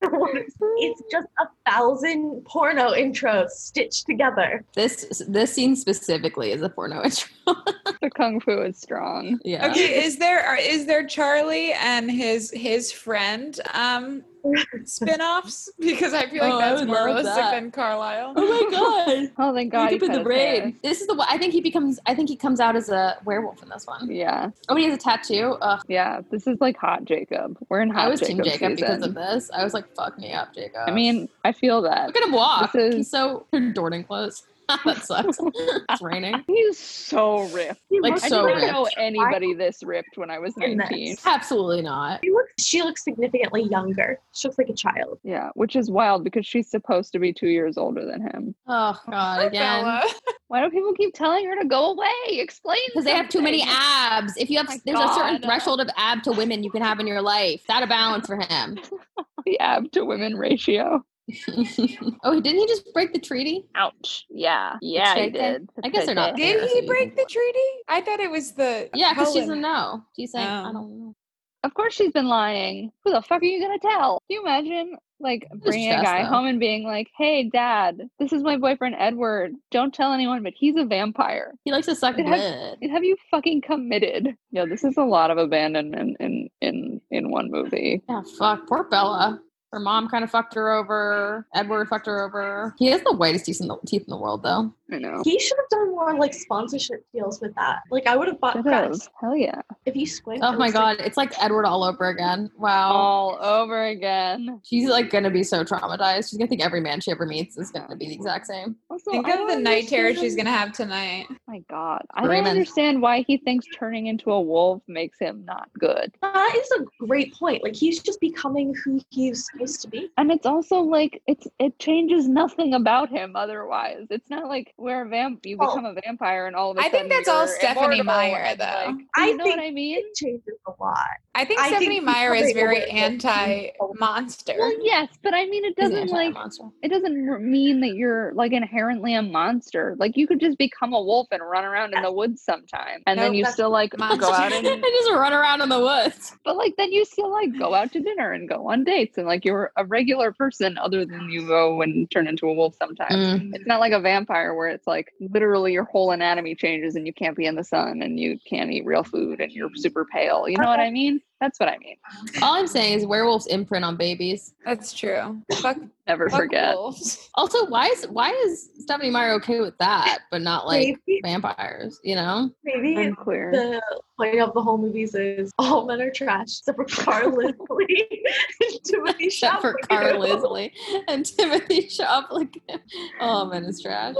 S4: It's just a thousand porno intros stitched together.
S1: This this scene specifically is a porno intro.
S2: The kung fu is strong.
S1: yeah.
S3: Okay, is there are, is there Charlie and his his friend um spin-offs? Because I feel like
S1: Oh, I
S3: that's
S1: would
S3: more
S1: love
S3: realistic
S1: that.
S3: than Carlisle.
S1: Oh my god.
S2: Oh, thank God. he
S1: Jacob in
S2: cut
S1: the
S2: his hair.
S1: rain. This is the one. I think he becomes. I think he comes out as a werewolf in this one.
S2: Yeah,
S1: Oh, he has a tattoo. Ugh.
S2: yeah. This is like hot Jacob. We're in hot
S1: I was
S2: Jacob,
S1: Team Jacob because
S2: season.
S1: of this. I was like, "Fuck me up, Jacob."
S2: I mean, I feel
S1: look
S2: that.
S1: at him walk.
S2: this is-
S1: He's so Jordan clothes. that sucks. it's raining.
S2: He's so ripped.
S4: He
S1: Like,
S4: looks
S2: I
S1: so
S2: didn't
S1: ripped.
S2: know anybody this ripped when I was
S4: In this.
S2: 19.
S1: Absolutely not.
S4: She looks, she looks significantly younger. She looks like a child.
S2: Yeah, which is wild because she's supposed to be two years older than him.
S1: Oh God, again.
S3: Bella.
S2: Why do people keep telling her to go away? Explain.
S1: Because they have too many abs. If you have,
S2: Oh My
S1: there's a certain
S2: God.
S1: threshold of ab to women you can have in your life. That a balance for him.
S2: the ab to women ratio.
S1: oh, didn't he just break the treaty?
S2: Ouch. Yeah. Yeah, I
S1: chicken?
S2: did.
S1: I guess they're not
S3: Did
S1: Yeah, so
S3: he
S1: you
S3: break
S1: can-
S3: the treaty? I thought it was the
S1: Yeah, because she's a
S3: Helen.
S1: no. She's like, I
S3: Oh.
S1: don't know.
S2: Of course she's been lying. Who the fuck are you gonna tell? Can you imagine like bringing a
S1: stressed,
S2: guy
S1: though.
S2: home and being like, "Hey, Dad, this is my boyfriend Edward. Don't tell anyone, but he's a vampire."
S1: He likes to suck
S2: It
S1: blood.
S2: has- And have you fucking committed? Yeah, this is a lot of abandonment in in in one movie.
S1: Yeah, fuck. Poor Bella. Her mom kind of fucked her over. Edward fucked her over. He has the whitest teeth in the, teeth in the world, though.
S2: I know.
S4: He should have done more like sponsorship deals with that. Like I would have bought
S2: Should
S4: crap
S2: have. Hell yeah.
S4: if you squint.
S1: Oh
S4: it
S1: my
S4: was like-
S1: god, it's like Edward all over again. Wow.
S2: All over again.
S1: She's like gonna be so traumatized. She's gonna think every man she ever meets is gonna be the exact same.
S2: Also,
S3: Think
S2: I
S1: Oh,
S3: of the
S2: don't
S3: night terror
S2: understand- Oh
S3: she's gonna have tonight.
S2: my god. I
S1: Screaming.
S2: don't understand why he thinks turning into a wolf makes him not good.
S4: That is a great point. Like he's just becoming who he's supposed to be.
S2: And it's also like it's it changes nothing about him otherwise. It's not like we're a vamp you
S4: Well,
S2: become a vampire and all of a
S3: I think
S2: sudden
S3: that's all
S2: you're
S3: Stephanie
S2: immortal
S3: Meyer,
S2: and,
S3: though.
S2: like- you
S4: I
S2: know
S4: think-
S2: what I mean?
S4: It changes a lot.
S3: I think
S4: I think
S3: Stephanie
S4: she's
S3: Meyer is
S4: probably
S3: very
S4: aware that she's
S3: anti
S4: probably-
S3: monster.
S2: Well, yes, but I mean it
S1: He's an
S2: doesn't like
S1: anti-monster.
S2: it doesn't r- mean that you're like inherently a monster. Like you could just become a wolf and run around in the woods sometime, and then
S3: Nope,
S2: you
S3: that's
S2: still like
S3: monster.
S2: go out and.
S1: just run around in the woods.
S2: But like then you still like go out to dinner and go on dates, and like you're a regular person other than you go and turn into a wolf sometimes.
S1: Mm.
S2: It's not like a vampire where it's like literally your whole anatomy changes and you can't be in the sun and you can't eat real food and you're super pale. You know what I mean? That's what I mean.
S1: All I'm saying is werewolves imprint on babies.
S3: That's true. Fuck,
S2: Never
S3: fuck
S2: forget.
S3: wolves.
S1: Also, why is why is Stephanie Meyer okay with that, but not like
S4: maybe
S1: vampires? You know,
S4: maybe
S2: Unclear.
S4: the point of the whole movies is all men are trash except for Carl Leslie and Timothy
S1: except for
S4: Chalamet.
S1: Carl Leslie and Timothy Shopligan. Oh man, it's trash.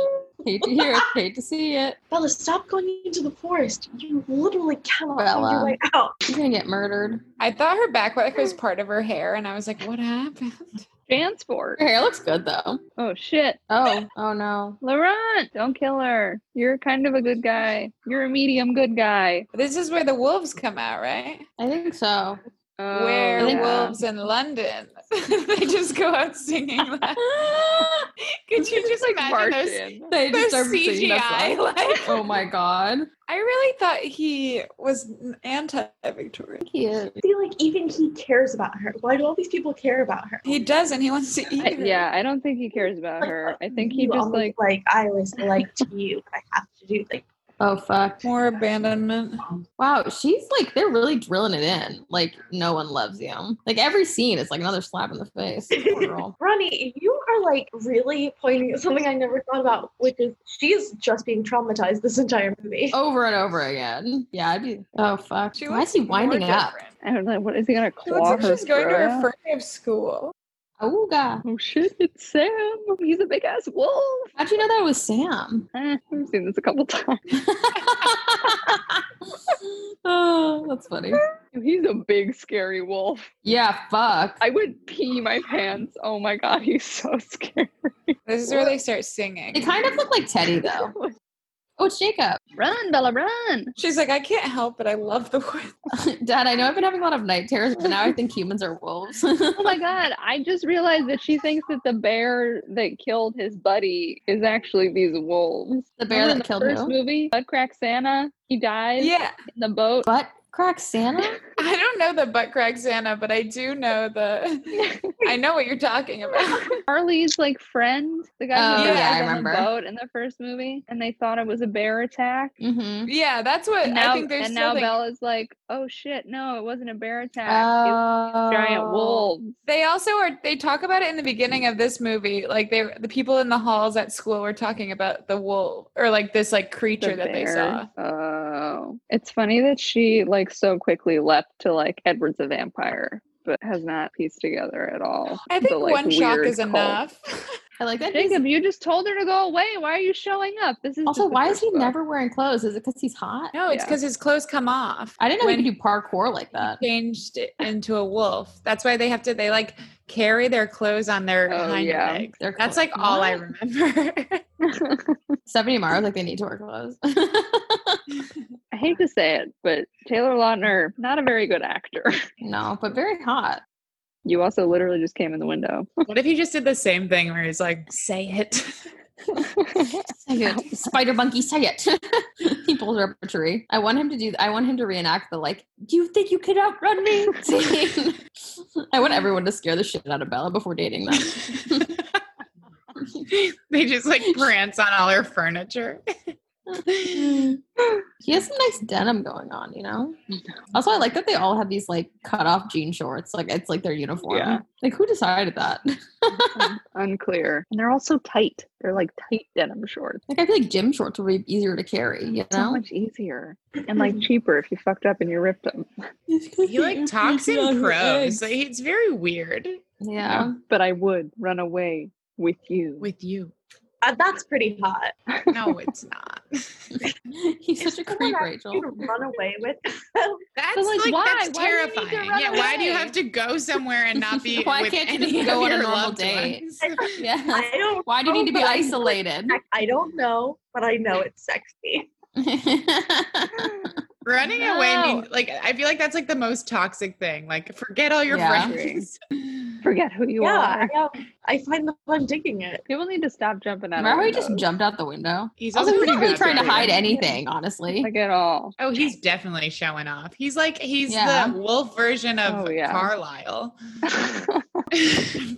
S1: Hate to hear it. Hate to see it.
S4: Bella, stop going into the forest. You literally cannot find
S1: Bella.
S4: your way out.
S1: She's gonna get murdered.
S3: I thought her backpack was part of her hair, and I was like, "What happened?"
S1: Her
S2: Jansport.
S1: hair looks good though.
S2: Oh shit.
S1: Oh, oh no.
S2: Laurent, don't kill her. You're kind of a good guy. You're a medium good guy.
S3: This is where the wolves come out, right?
S1: I think so.
S2: Oh,
S3: where
S1: think-
S3: wolves in London. they just go out singing. That. Could you just
S2: like
S3: imagine those?
S2: Martian.
S1: They
S3: Those
S1: just started singing that
S3: CGI,
S1: song.
S3: like-
S1: Oh my god.
S3: I really thought he was anti-Victorian.
S1: Cute.
S4: See, like even he cares about her. Why do all these people care about her?
S3: He doesn't. He wants to eat.
S2: I,
S3: her.
S2: yeah, I don't think he cares about her.
S3: uh,
S2: I think he
S4: You
S2: just
S4: almost,
S2: like
S4: like I was like to you, but I have to do like
S1: Oh fuck.
S3: More abandonment.
S1: Wow, she's like they're really drilling it in. Like no one loves you. Like every scene is like another slap in the face. Poor girl.
S4: Ronnie, you are like really pointing at something I never thought about, which is she is just being traumatized this entire movie.
S1: Over and over again. Yeah, I'd be. Oh fuck.
S3: She
S1: Why
S3: looks
S1: is he
S3: more
S1: winding up?
S3: different.
S2: I don't know. What is he gonna
S3: She looks
S2: claw
S3: like
S2: her?
S3: she's going to
S2: throat
S3: her
S2: out?
S3: first day of school.
S1: Oh god.
S2: Oh shit! It's Sam. He's a big ass wolf.
S1: How'd you know that was Sam?
S2: Eh, I've seen this a couple times.
S1: oh, that's funny.
S2: He's a big scary wolf.
S1: Yeah, fuck.
S2: I would pee my pants. Oh my god, he's so scary.
S3: This is where they start singing.
S1: They kind of look like Teddy though. Oh, it's Jacob.
S2: Run, Bella, run!
S3: She's like, I can't help it. I love the word.
S1: Dad, I know I've been having a lot of night terrors, but now I think humans are wolves.
S2: Oh my god, I just realized that she thinks that the bear that killed his buddy is actually these wolves.
S1: The bear
S2: Remember
S1: that
S2: in the
S1: killed
S2: first
S1: who?
S2: movie, Buttcrack Santa, he dies
S3: Yeah.
S2: in the boat.
S1: Butt crack Santa?
S3: I don't know the butt crack Santa, but I do know the. I know what you're talking about.
S2: Harley's like friend, the guy
S1: Oh,
S2: who
S3: yeah,
S2: dies
S1: I
S2: on
S1: remember.
S2: the boat in the first movie, and they thought it was a bear attack.
S1: Mm-hmm.
S3: yeah, that's what
S2: And now,
S3: I think there's
S2: and now
S3: something.
S2: Bella's like, "Oh shit, no, it wasn't a bear attack. It was
S1: Oh.
S2: giant wolves."
S3: They also are. They talk about it in the beginning of this movie. Like they, the people in the halls at school were talking about the wolf or like this like
S2: the
S3: creature that they saw.
S2: bear. Oh, it's funny that she like so quickly leapt to like Edward's a vampire, but has not pieced together at all.
S3: I think
S2: the, like,
S3: one shock
S2: weird
S3: is
S2: cult.
S3: enough.
S1: I like that. he's-
S2: Jacob, you just told her to go away. Why are you showing up? This is
S1: also,
S2: just the
S1: why is
S2: first
S1: he
S2: book.
S1: never wearing clothes? Is it because he's hot?
S3: no, it's
S2: Yeah.
S3: because his clothes come off.
S1: I didn't know
S3: When-
S1: he could do parkour like that.
S3: He changed it into a wolf. That's why they have to. They like carry their clothes on their
S2: Oh,
S3: hind
S2: yeah.
S3: legs.
S1: Their
S3: That's
S1: clothes.
S3: like all I
S1: What?
S3: remember.
S1: Stephanie Meyer was like, they need to wear clothes.
S2: I hate to say it, but Taylor Lautner not a very good actor.
S1: no, but very hot.
S2: You also literally just came in the window.
S3: What if he just did the same thing where he's like, say it?
S1: Say it. Spider monkey, say it. he pulls her up a tree. I want him to do. I want him to reenact the like. Do you think you can outrun me? scene. I want everyone to scare the shit out of Bella before dating them.
S3: they just like prance on all her furniture.
S1: He has some nice denim going on, you know. Also, I like that they all have these like cut off jean shorts. Like it's like their uniform.
S2: Yeah.
S1: Like who decided that?
S2: Um, Unclear. And they're all so tight. They're like tight denim shorts.
S1: like I feel like gym shorts would be easier to carry. You
S2: So
S1: know.
S2: much easier and like cheaper if you fucked up and you ripped them.
S3: He like talks in prose. Like, it's very weird
S1: Yeah.
S2: But I would run away with you.
S3: with you.
S4: Uh, that's pretty hot.
S3: No, it's not.
S1: He's such a creep, Rachel.
S4: You run away with.
S3: That's
S1: like,
S3: like,
S1: why?
S3: that's
S1: Why do you need to
S3: terrifying.
S1: run
S3: yeah, why do you
S1: away?
S3: have to go somewhere and not be?
S1: Why
S3: with
S1: can't you
S3: any
S1: just
S3: of
S1: go on a
S3: your
S1: normal
S3: loved
S1: date?
S3: ones?
S1: Yeah.
S4: I don't.
S1: Why do you
S4: know,
S1: need to be
S4: but I-
S1: isolated?
S4: I don't know, but I know it's sexy.
S3: Running away
S1: No.
S3: means like I feel like that's like the most toxic thing. Like forget all your
S1: Yeah.
S3: friends.
S2: Forget who you
S4: yeah,
S2: are.
S4: I, am- I find that I'm digging it.
S2: People need to stop jumping out. of
S1: Remember how he just
S2: windows,
S1: jumped out the window?
S3: He's
S1: Also, he's
S3: pretty
S1: not really
S3: bad
S1: trying to
S3: driver.
S1: hide anything, honestly.
S2: like at all.
S3: Oh, he's definitely showing off. He's like he's
S1: Yeah.
S3: the wolf version of
S2: Oh, yeah.
S3: Carlisle.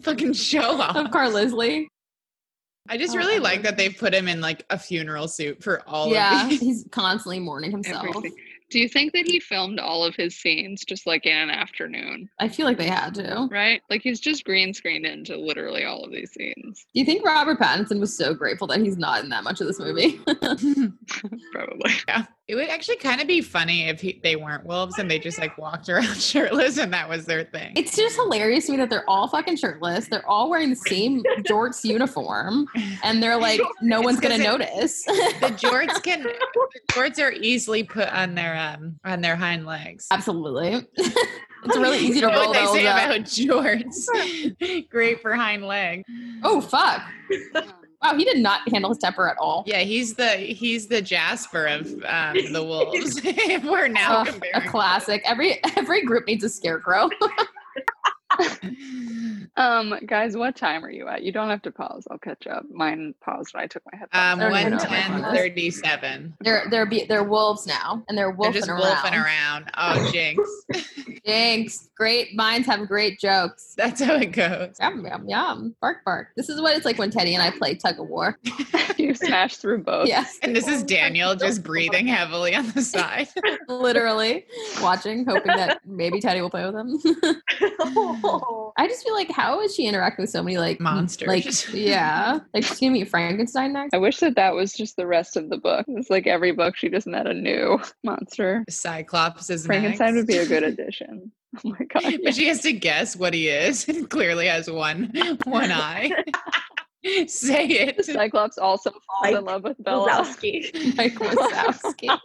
S3: Fucking show
S1: Of
S3: off.
S1: Car Leslie.
S3: I just
S2: Oh,
S3: really
S2: I
S3: like
S2: love
S3: that they put him in like a funeral suit for all
S1: Yeah,
S3: of these.
S1: he's constantly mourning himself.
S2: Everything. Do you think that he filmed all of his scenes just like in an afternoon,
S1: I feel like they had to.
S2: right? Like he's just green screened into literally all of these scenes,
S1: Do you think Robert Pattinson was so grateful that he's not in that much of this movie?
S2: probably.
S3: yeah. It would actually kind of be funny if he, they weren't wolves and they just like walked around shirtless and that was their thing.
S1: it's just hilarious to me that they're all fucking shirtless. They're all wearing the same jorts uniform, and they're like, no
S3: It's
S1: one's gonna
S3: 'cause it-
S1: notice.
S3: the jorts can the jorts are easily put on their um on their hind legs.
S1: Absolutely. it's really easy to
S3: You know
S1: roll
S3: what they
S1: those
S3: say
S1: up.
S3: about jorts. Great for hind leg.
S1: Oh fuck! Wow, he did not handle his temper at all.
S3: Yeah, he's the he's the Jasper of um, the wolves. if we're now
S1: Ugh, a
S3: comparing,
S1: classic. Every every group needs a scarecrow.
S2: Um, guys, what time are you at? You don't have to pause. I'll catch up. Mine paused when I took my Oh, head.
S3: um,
S1: I don't even
S3: one
S1: know what
S3: ten
S1: that is.
S3: thirty seven.
S1: they're they're be, they're wolves now, and they're
S3: They're
S1: wolfing
S3: just
S1: around.
S3: wolfing around. Oh, jinx!
S1: Jinx, great minds have great jokes.
S3: That's how it goes.
S1: Yum yum yum. Bark bark. This is what it's like when Teddy and I play tug of war.
S2: you smashed through both.
S1: Yes,
S3: And this is Daniel just breathing heavily on the side.
S1: literally watching, hoping that maybe Teddy will play with him. I just feel like how is she interacting with so many like
S3: Monsters.
S1: Like yeah, like she's gonna meet Frankenstein next.
S2: I wish that that was just the rest of the book. It's like every book she just met a new monster.
S3: Cyclops is
S2: Frankenstein
S3: next.
S2: would be a good addition. Oh my god.
S3: But she has to guess what he is. and clearly has one one eye. Say
S2: The
S3: it.
S2: Cyclops also falls
S4: Mike
S2: in love with Bella.
S4: Wazowski.
S1: Mike Wazowski.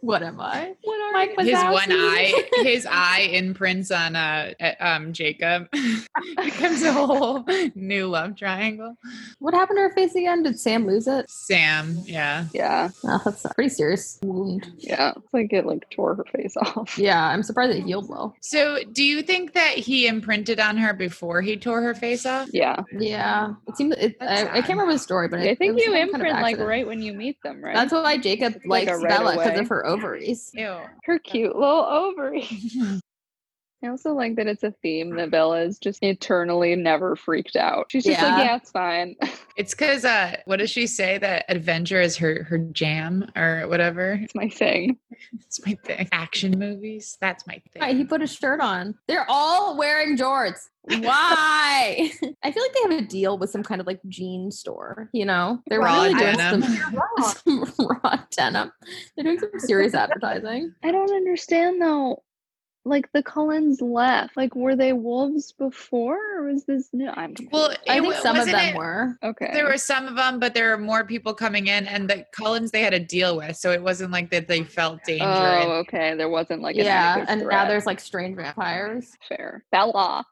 S1: what am I?
S2: What are
S1: Mike
S2: you?
S3: his one
S1: Wazowski.
S3: eye his eye imprints on uh uh, um jacob becomes a whole new love triangle
S1: What happened to her face again? Did Sam lose it?
S3: sam yeah
S2: Yeah,
S1: Oh, that's a pretty serious wound.
S2: yeah. It's like it like tore her face off.
S1: Yeah, I'm surprised it healed well.
S3: so do you think that he imprinted on her before he tore her face off
S2: Yeah.
S1: Yeah, it seemed. It,
S3: That's
S1: I, I
S3: sad.
S1: can't remember the story, but it,
S2: I
S1: it
S2: think
S1: was
S2: you
S1: some kind of
S2: imprint like
S1: accident.
S2: right when you meet them, right?
S1: That's why Jacob
S2: like
S1: likes
S2: a right
S1: Bella because
S2: away.
S1: of her ovaries.
S3: ew
S2: her cute little ovaries. I also like that it's a theme that Bella is just eternally never freaked out. She's just like,
S1: Yeah.
S2: yeah, it's fine.
S3: it's because uh what does she say that adventure is her her jam or whatever
S2: it's my thing.
S3: it's my thing action movies that's my thing
S1: Right, he put a shirt on. They're all wearing jorts. Why? I feel like they have a deal with some kind of like jean store. You know, they're
S3: Raw
S1: really doing
S3: denim.
S1: some, some raw denim. They're doing some serious advertising.
S2: I don't understand though. Like the Cullens left. Like, were they wolves before, or was this new? I'm
S3: well
S2: confused.
S1: I
S3: it
S1: think
S3: wa-
S1: some of
S3: wasn't
S1: them
S3: it-
S1: were.
S2: okay.
S3: There were some of them, but there were more people coming in, and the Cullens they had a deal with, so it wasn't like that they felt danger.
S2: oh,
S3: and-
S2: okay. There wasn't like an
S1: yeah,
S2: adequate
S1: and now
S2: threat.
S1: there's like strange vampires.
S2: fair Bella.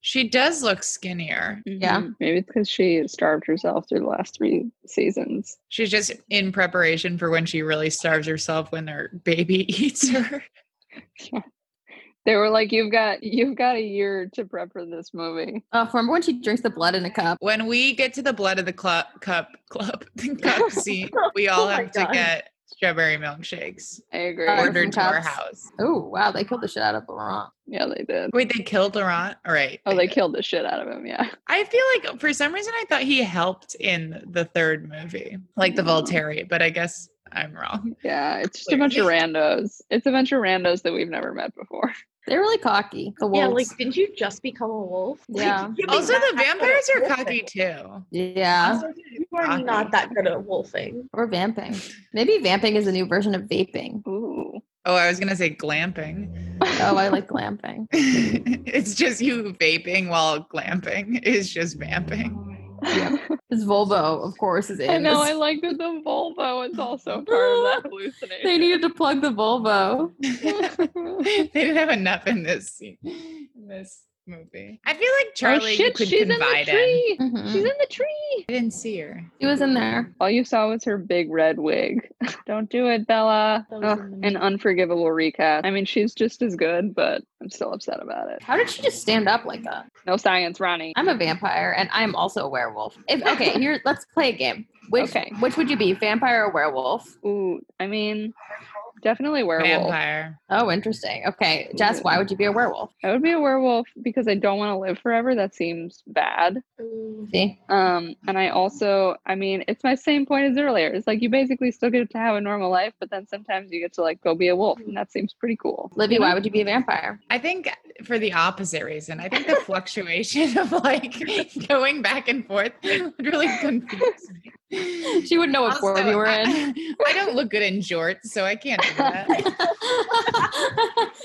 S3: she does look skinnier.
S1: Yeah.
S2: Mhm. maybe it's because she starved herself through the last three seasons.
S3: She's just in preparation for when she really starves herself when her baby eats her.
S2: They were like, "You've got you've got a year to prep for this movie."
S1: Oh, remember when she drinks the blood in a cup?
S3: When we get to the blood of the club, cup, club, cup scene, we all
S4: Oh my
S3: have to
S4: God.
S3: get strawberry milkshakes
S2: I agree.
S1: Or
S3: ordered to our
S1: cups.
S3: house.
S1: Oh wow, they killed the shit out of Laurent.
S2: yeah, they did.
S3: Wait, they killed Laurent? All right.
S2: Oh, they
S3: did.
S2: killed the shit out of him. Yeah.
S3: I feel like for some reason I thought he helped in the third movie, like the
S2: No.
S3: Volteri, but I guess I'm wrong.
S2: Yeah, it's just a bunch of randos. It's a bunch of randos that we've never met before.
S1: They're really cocky. The wolves.
S6: Yeah, like didn't you just become a wolf? Like,
S1: Yeah.
S6: you mean
S3: Also,
S6: that
S3: the
S6: good at
S3: vampires are
S6: wolfing.
S3: cocky too.
S1: yeah.
S6: Also, you are not that good at wolfing.
S1: Or vamping. Maybe vamping is a new version of vaping.
S2: Ooh.
S3: Oh, I was gonna say glamping.
S1: Oh, I like glamping.
S3: it's just you vaping while glamping is just vamping.
S1: This Volvo, of course, is in.
S2: I know.
S1: this.
S2: I like that the Volvo is also part of that hallucination.
S1: they needed to plug the Volvo.
S3: they didn't have enough in this scene, in this movie. I feel like Charlie
S2: oh, shit,
S3: could
S2: she's in the
S3: confide in.
S2: tree. She's in
S1: Mhm.
S2: the tree.
S3: I didn't see her.
S1: She was in there.
S2: All you saw was her big red wig. Don't do it, Bella.
S6: That was
S2: Ugh,
S6: in the
S2: an unforgivable recast. I mean, she's just as good, but I'm still upset about it.
S1: How did she just stand up like that?
S2: No science, Ronnie.
S1: I'm a vampire and I'm also a werewolf. If okay, here let's play a game. Which
S2: Okay.
S1: which would you be, vampire or werewolf?
S2: Ooh, I mean, definitely werewolf.
S3: Vampire.
S1: Oh, interesting. Okay, Jess, why would you be a werewolf?
S2: I would be a werewolf because I don't want to live forever. That seems bad.
S6: Mm,
S1: See,
S2: Um, and I also, I mean, it's my same point as earlier. It's like you basically still get to have a normal life, but then sometimes you get to like go be a wolf, and that seems pretty cool.
S1: Livy, why would you be a vampire?
S3: I think for the opposite reason. I think the fluctuation of like going back and forth would really confuse me.
S1: She wouldn't know what
S3: Also,
S1: form you were in.
S3: I, I don't look good in jorts, so I can't do that.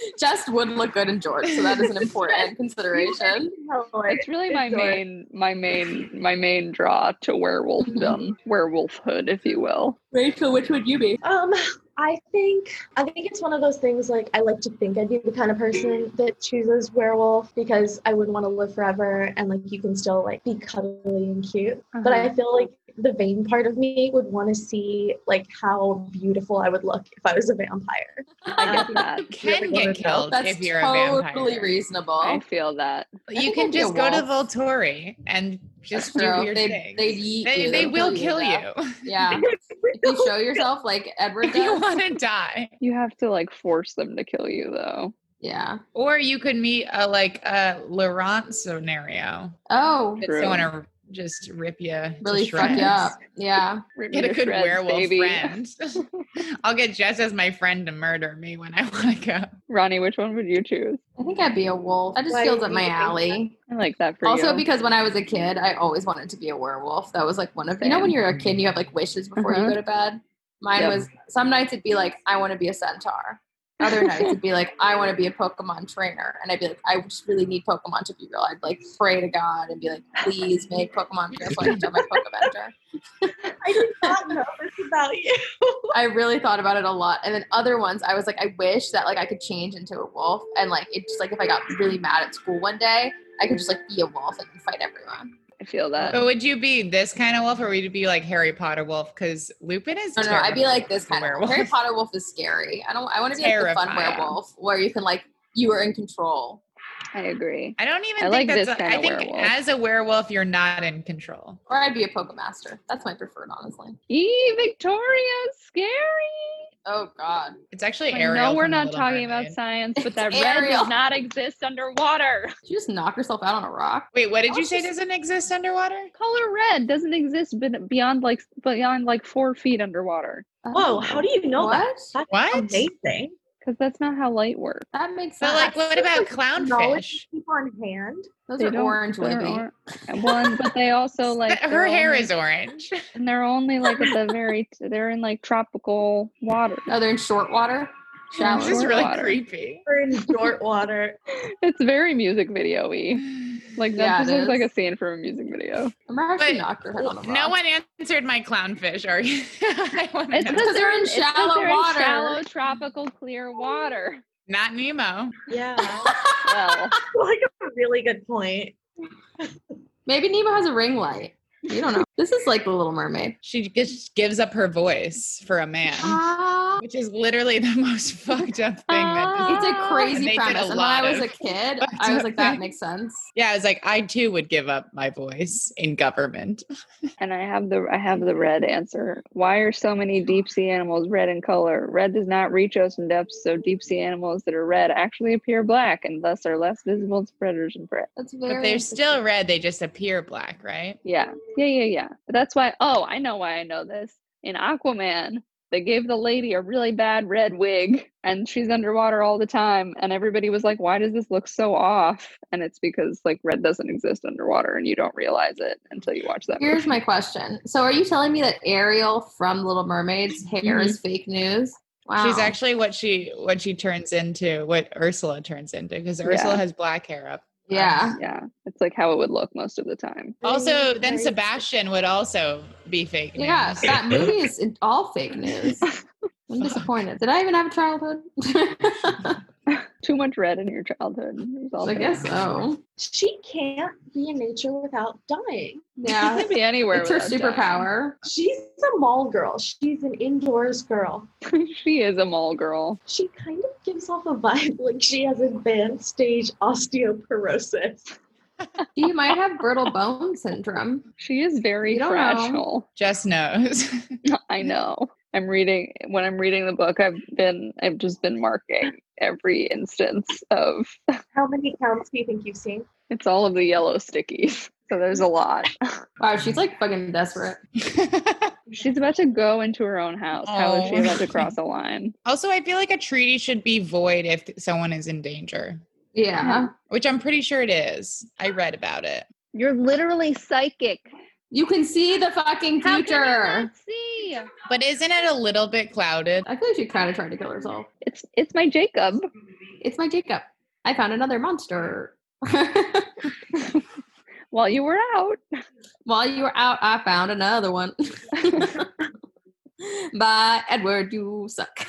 S1: Jess would look good in jorts, so that is an important consideration.
S6: Helen,
S2: It's really my
S6: Enjoy.
S2: main, my main, my main draw to
S3: Mm-hmm.
S2: werewolfdom, werewolfhood, if you will.
S1: Rachel, which would you be?
S4: Um, I think I think it's one of those things like I like to think I'd be the kind of
S6: Mm.
S4: person that chooses werewolf because I wouldn't want to live forever and like you can still like be cuddly and cute. But
S6: Uh-huh.
S4: I feel like the vain part of me would want to see like how beautiful I would look if I was a vampire.
S2: I get that.
S3: Can get killed
S1: That's
S3: if you're a
S1: totally
S3: vampire.
S1: reasonable.
S2: I feel that.
S3: You
S1: think
S3: can
S1: I'd be a
S3: just go to
S1: wolf.
S3: Volturi and just do
S1: True.
S3: weird
S1: They'd-
S3: things.
S1: they'd yeet
S3: they,
S1: you.
S3: they
S1: They'll
S3: will
S1: kill
S3: kill
S1: you,
S3: you,
S1: Yeah. if you show yourself like Edward
S3: if you
S1: does.
S3: want to die.
S2: You have to like force them to kill you, though.
S1: Yeah.
S3: Or you could meet a like a Laurent scenario.
S1: Oh,
S3: That's
S2: True.
S3: going to just rip you,
S1: really
S3: to
S1: fuck
S3: shreds.
S1: you up. Yeah.
S2: Rip
S3: Get
S2: me
S3: a
S2: to
S3: good
S2: shreds,
S3: werewolf friend. I'll get Jess as my friend to murder me when I want to go.
S2: Ronnie, which one would you choose?
S1: I think I'd be a wolf. That just
S6: Why
S1: feels
S6: do
S1: up
S6: you
S1: my
S6: think that?
S1: alley.
S2: I like that for
S1: Also,
S2: you.
S1: because when I was a kid, I always wanted to be a werewolf. That was like one of you know
S2: Same.
S1: when you're a kid, you have like wishes before
S2: Uh-huh.
S1: you go to bed. Mine
S2: Yep.
S1: was some nights it'd be like I want to be a centaur. Other nights it'd be like I want to be a Pokemon trainer, and I'd be like I just really need Pokemon to be real. I'd like pray to God and be like, please make Pokemon real so I can do my Pokeventure.
S6: I did not know this about you.
S1: I really thought about it a lot. And then other ones, I was like, I wish that like I could change into a wolf, and like it just like if I got really mad at school one day, I could just like be a wolf and fight everyone.
S2: I feel
S1: Uh.
S2: that.
S3: But would you be this kind of wolf, or would you be like Harry Potter wolf? Because Lupin is.
S1: No, no, I'd be like this kind
S3: terrible
S1: of Harry Potter wolf is scary. I don't. I want to be like the
S3: Terrifying.
S1: fun werewolf where you can like you are in control.
S2: I agree.
S3: I don't even
S2: I
S3: think
S2: like this
S3: that's. a-
S2: kind
S3: I
S2: of
S3: think
S2: werewolf.
S3: as a werewolf, you're not in control.
S1: Or I'd be a Pokemaster. That's my preferred, honestly.
S2: E Victoria, scary.
S1: Oh God.
S3: It's actually
S2: I
S3: Ariel.
S2: know we're
S3: from The
S2: not
S3: Little
S2: talking about
S3: Mermaid.
S2: science, but
S1: It's
S2: that red
S1: Ariel.
S2: does not exist underwater.
S1: Did you just knock yourself out on a rock?
S3: Wait, what did
S1: I'll
S3: you say
S1: just-
S3: doesn't exist underwater?
S2: Color red doesn't exist ben- beyond like beyond like four feet underwater
S6: Whoa, how do you know that?
S1: What?
S6: That's
S3: What?
S6: amazing.
S2: because that's not how light works.
S1: That makes
S3: But
S1: sense.
S3: like, what about
S6: knowledge
S3: clownfish?
S6: keep on hand.
S1: Those
S2: They
S1: are
S2: don't-
S1: orange,
S2: they're
S1: Libby.
S2: or- one, but they also like um,
S3: Her
S2: they're
S3: hair
S2: only-
S3: is orange.
S2: and they're only like at the very t- they're in like tropical water.
S1: Oh, they're in short water. Shallow.
S3: This is
S2: Short
S3: really
S2: water.
S3: creepy.
S6: We're in short water.
S2: It's very music video y. Like that
S1: Yeah, it
S2: just looks like a
S1: is.
S2: scene from a music video.
S1: Remember how she
S3: But
S1: knocked her head on the rock?
S3: No one answered my clownfish. Are you? I wanna
S2: It's
S3: know.
S1: because they're in
S2: it's 'cause
S1: shallow
S2: they're in
S1: water.
S2: shallow tropical clear water.
S3: Not Nemo.
S6: Yeah.
S2: Well,
S6: like a really good point.
S1: Maybe Nemo has a ring light. You don't know. this is like The Little Mermaid.
S3: She just gives up her voice for a man. which is literally the most fucked up thing. That
S1: It's
S3: just-
S1: a
S3: They
S1: crazy
S3: did a
S1: premise. and when
S3: lot
S1: I was
S3: of
S1: a kid,
S3: fucked
S1: I was
S3: up
S1: like, that
S3: things.
S1: makes sense.
S3: yeah, it's like I too would give up my voice in government.
S2: And I have the I have the red answer. Why are so many deep sea animals red in color? Red does not reach ocean depths, so deep sea animals that are red actually appear black and thus are less visible to predators and prey.
S1: That's very.
S3: But they're still
S1: interesting.
S3: red, they just appear black, right?
S2: Yeah, yeah, yeah, yeah. That's why. Oh, I know why I know this. In Aquaman, they gave the lady a really bad red wig, and she's underwater all the time. And everybody was like, "Why does this look so off?" And it's because like red doesn't exist underwater, and you don't realize it until you watch that.
S1: Here's
S2: Movie.
S1: my question. So, are you telling me that Ariel from Little Mermaid's hair is fake news? Wow.
S3: Mm-hmm. She's actually what she what she turns into, what Ursula turns into, because Ursula has black hair up.
S1: Yeah.
S2: Yeah, it's like how it would look most of the time.
S3: Also, then Sebastian would also be fake.
S1: Yeah.
S3: news.
S1: That movie is in- all fake news. I'm disappointed. Did I even have a childhood?
S2: Too much red in your childhood. is all
S1: I
S2: that-
S1: guess so.
S4: She can't be in nature without
S2: She
S4: dying.
S1: Yeah.
S2: could be anywhere.
S1: It's her
S2: without
S1: superpower.
S4: She's a mall girl. She's an indoors girl.
S2: dying. she is a mall girl.
S4: She kind of gives off a vibe like she has advanced stage osteoporosis.
S1: She might have brittle bone syndrome.
S2: She is very
S1: You don't know.
S2: fragile.
S3: Just knows.
S2: I know. I'm reading when I'm reading the book, I've been I've just been marking every instance of
S4: How many counts do you think you've seen?
S2: it's all of the yellow stickies. So there's a lot.
S1: Wow, she's like fucking desperate.
S2: She's about to go into her own house. How is she
S3: Oh.
S2: about to cross a line?
S3: also, I feel like a treaty should be void if someone is in danger,
S1: Yeah.
S3: which I'm pretty sure it is. I read about it.
S2: You're literally psychic.
S1: You can see the fucking
S2: How can you
S1: future.
S2: not see?
S3: But isn't it a little bit clouded?
S1: I feel like she kind of tried to kill herself.
S2: It's it's my Jacob.
S1: It's my Jacob. I found another monster.
S2: While you were out.
S1: While you were out, I found another one. Bye, Edward. You suck.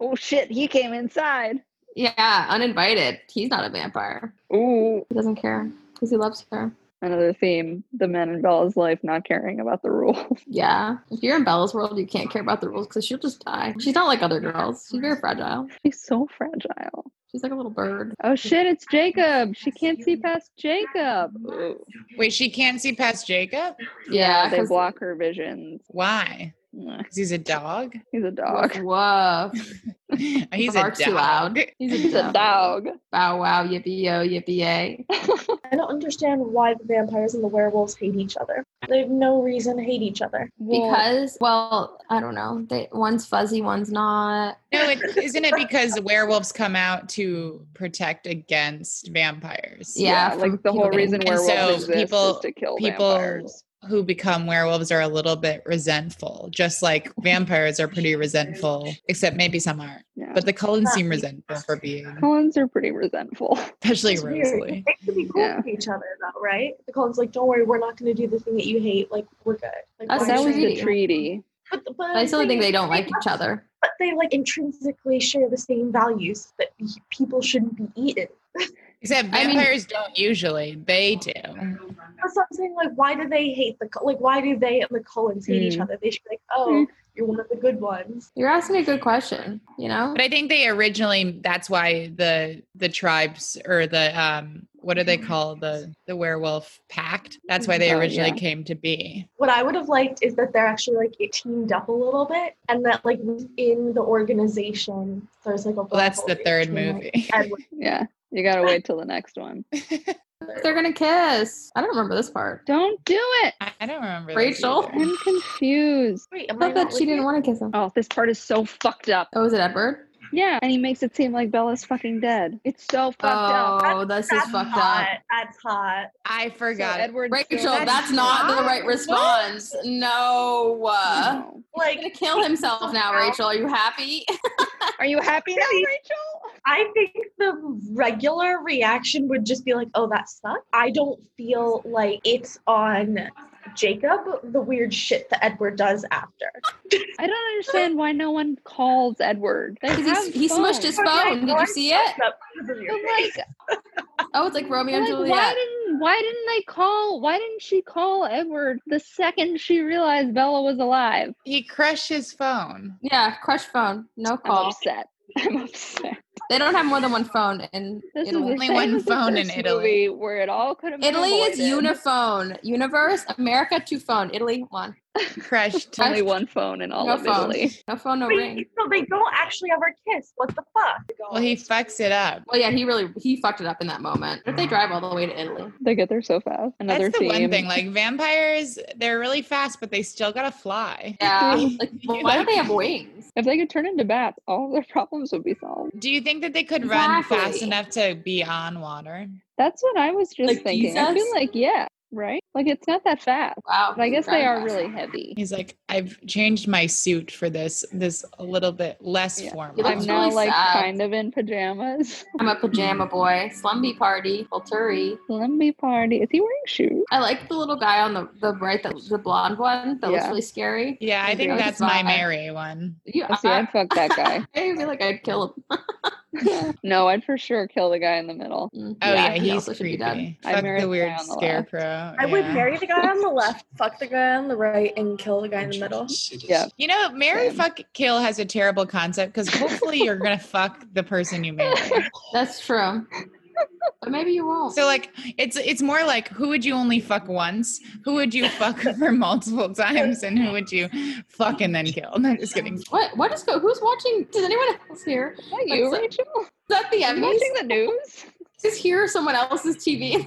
S2: Oh shit, he came inside.
S1: yeah, uninvited. He's not a vampire.
S2: Ooh.
S1: He doesn't care because he loves her.
S2: Another theme, the men in Bella's life not caring about the rules.
S1: Yeah. If you're in Bella's world, you can't care about the rules because she'll just die. She's not like other girls. She's very fragile.
S2: She's so fragile.
S1: She's like a little bird.
S2: Oh shit, it's Jacob. She can't see past Jacob. Ooh.
S3: Wait, she can't see past Jacob?
S1: Yeah,
S2: they
S1: 'cause-
S2: block her visions.
S3: Why?
S2: Ugh,
S3: Because he's a dog?
S2: He's a
S1: Woof,
S2: dog.
S1: woof.
S3: He's a
S1: Remarks
S3: dog.
S1: too loud. He's a,
S2: He's a dog.
S1: Bow wow, yippee yo, yippee yay.
S4: I don't understand why the vampires and the werewolves hate each other. They have no reason to hate each other.
S2: Well,
S1: Because, well, I don't know. They, one's fuzzy, one's not.
S3: No, it, isn't it because werewolves come out to protect against vampires?
S1: Yeah, from
S2: like the whole
S1: people getting-
S2: reason
S1: And
S2: werewolves
S3: so
S2: exist
S3: people-
S2: is to kill
S3: people-
S2: vampires.
S3: Who become werewolves are a little bit resentful, just like vampires are pretty resentful, except maybe some aren't.
S2: Yeah.
S3: But the Cullens seem resentful for being,
S2: Collins are pretty resentful.
S3: especially
S4: It's weird.
S3: Rosalie.
S4: They could be cool
S2: Yeah.
S4: with each other, though, right? The Colin's like, "Don't worry, we're not going to do the thing that you hate. Like, we're good." Like,
S1: That's
S4: why
S2: that
S4: should
S2: was
S4: we-
S2: the treaty.
S4: But, but
S1: I still
S4: the
S1: think
S4: thing
S1: they
S4: is,
S1: don't like each other.
S4: But they like intrinsically share the same values that y- people shouldn't be eaten.
S3: Except
S1: I mean-
S3: vampires don't usually, they do.
S4: That's what I'm saying. Like, why do they hate the Cul- like? Why do they and the Collins hate each
S2: Mm.
S4: other? They should be like, "Oh,
S2: Mm.
S4: you're one of the good ones."
S1: You're asking a good question, you know?
S3: But I think they originally that's why the the tribes or the um what do they call the the werewolf pact? That's why they
S2: Oh,
S3: originally
S2: yeah.
S3: came to be.
S4: What I would have liked is that they're actually like it teamed up a little bit, and that like within the organization, there's like a.
S3: Well, that's the
S4: rivalry
S3: third
S4: between, like,
S3: movie.
S4: Edward.
S2: Yeah. You gotta wait till the next one.
S1: They're going to kiss. I don't remember this part.
S2: Don't do it.
S3: I I don't remember. this
S1: Rachel?
S3: either.
S2: I'm confused.
S4: Wait, am
S1: I
S4: I
S1: thought
S4: not
S1: that she
S4: with
S1: didn't
S4: you?
S1: want to kiss him.
S2: Oh, this part is so fucked up.
S1: Oh, is it Edward?
S2: Yeah. And he makes it seem like Bella's fucking dead. It's so fucked up.
S1: oh, this is
S4: That's
S1: fucked
S4: hot.
S1: up.
S4: That's hot.
S3: I
S2: So
S3: forgot. it.
S2: Edward's
S1: Rachel,
S2: still-
S1: that's, not, the right response. No. Uh,
S2: No.
S1: he's
S4: Like
S1: going to kill himself now, Rachel. Are you happy?
S2: Are you happy now,
S4: Really?
S2: Rachel?
S4: I think the regular reaction would just be like, "Oh, that sucked." I don't feel like it's on Jacob the weird shit that Edward does after.
S2: I don't understand why no one calls Edward. They
S1: Because
S2: have
S1: he, he smushed
S2: phones.
S1: his phone. Did you see it?
S2: But like,
S1: Oh, it's like Romeo and
S2: like
S1: Juliet.
S2: why didn't why didn't they call? Why didn't she call Edward the second she realized Bella was alive?
S3: He crushed his phone.
S1: yeah, crush phone. No
S2: I'm
S1: call.
S2: upset. I'm upset.
S1: They don't have more than one phone in Italy.
S2: This is the
S3: Only
S2: same
S3: one
S2: as the
S3: phone in
S2: first
S3: Italy.
S2: movie where it all could have. been
S1: Italy is
S2: avoided.
S1: uniphone. Universe, America, two phone. Italy, one.
S3: Crushed.
S1: I-
S2: Only one phone in all
S1: No
S2: of
S1: phone.
S2: Italy.
S1: No phone, no ring.
S4: Wait, so they don't actually ever kiss. What the fuck?
S3: well, he fucks it up.
S1: Well, yeah, he really he fucked it up in that moment. What if they drive all the way to Italy?
S2: They get there so fast. Another
S3: That's the
S2: theme.
S3: one thing. Like vampires, they're really fast, but they still gotta fly.
S1: Yeah, like
S3: You
S1: why
S3: know?
S1: do they have wings?
S2: If they could turn into bats, all of their problems would be solved.
S3: Do you think that they could run fast
S1: Exactly.
S3: enough to be on water?
S2: That's what I was just
S1: Like
S2: thinking. I feel
S1: Jesus?
S2: like yeah, right? Like it's not that fast.
S1: Wow.
S2: But I guess they
S1: driving
S2: are
S1: fast.
S2: really heavy.
S3: He's like, I've changed my suit for this. This a little bit less
S2: Yeah.
S3: formal.
S1: You look
S2: I'm
S1: That's
S2: now
S1: really
S2: like
S1: sad.
S2: kind of in pajamas.
S1: I'm a pajama
S2: Mm-hmm.
S1: boy. Slumby party. Volturi.
S2: Lumby party. Is he wearing shoes?
S1: I like the little guy on the, the right, the, the blonde one that looks
S2: Yeah.
S1: really scary.
S3: yeah, I think
S1: Very
S3: that's my
S1: vibe.
S3: Mary one.
S1: You,
S2: I see.
S1: I,
S2: I'd fuck that guy.
S1: I feel like I'd kill him.
S2: no, I'd for sure kill the guy in the middle.
S1: Mm,
S3: Oh yeah,
S1: he
S3: he's
S1: also should be dead.
S3: creepy.
S2: I
S3: Fuck
S2: married
S3: the
S2: the guy
S3: weird
S2: on the left.
S3: scarecrow.
S4: I would
S3: yeah.
S4: marry the guy on the left, fuck the guy on the right, and kill the guy in the middle.
S2: Yeah.
S3: You know, marry,
S2: Same.
S3: fuck, kill has a terrible concept because hopefully you're gonna fuck the person you marry.
S1: That's true. But maybe you won't.
S3: So like, it's it's more like who would you only fuck once? Who would you fuck for multiple times? And who would you fuck and then kill? No, I'm just kidding.
S1: what? What is? go- Who's watching? Does anyone else here?
S2: Is that you,
S1: That's a-
S2: Rachel?
S1: Is that the
S2: Are you
S1: Emmys?
S2: watching the news?
S1: Just hear someone else's TV,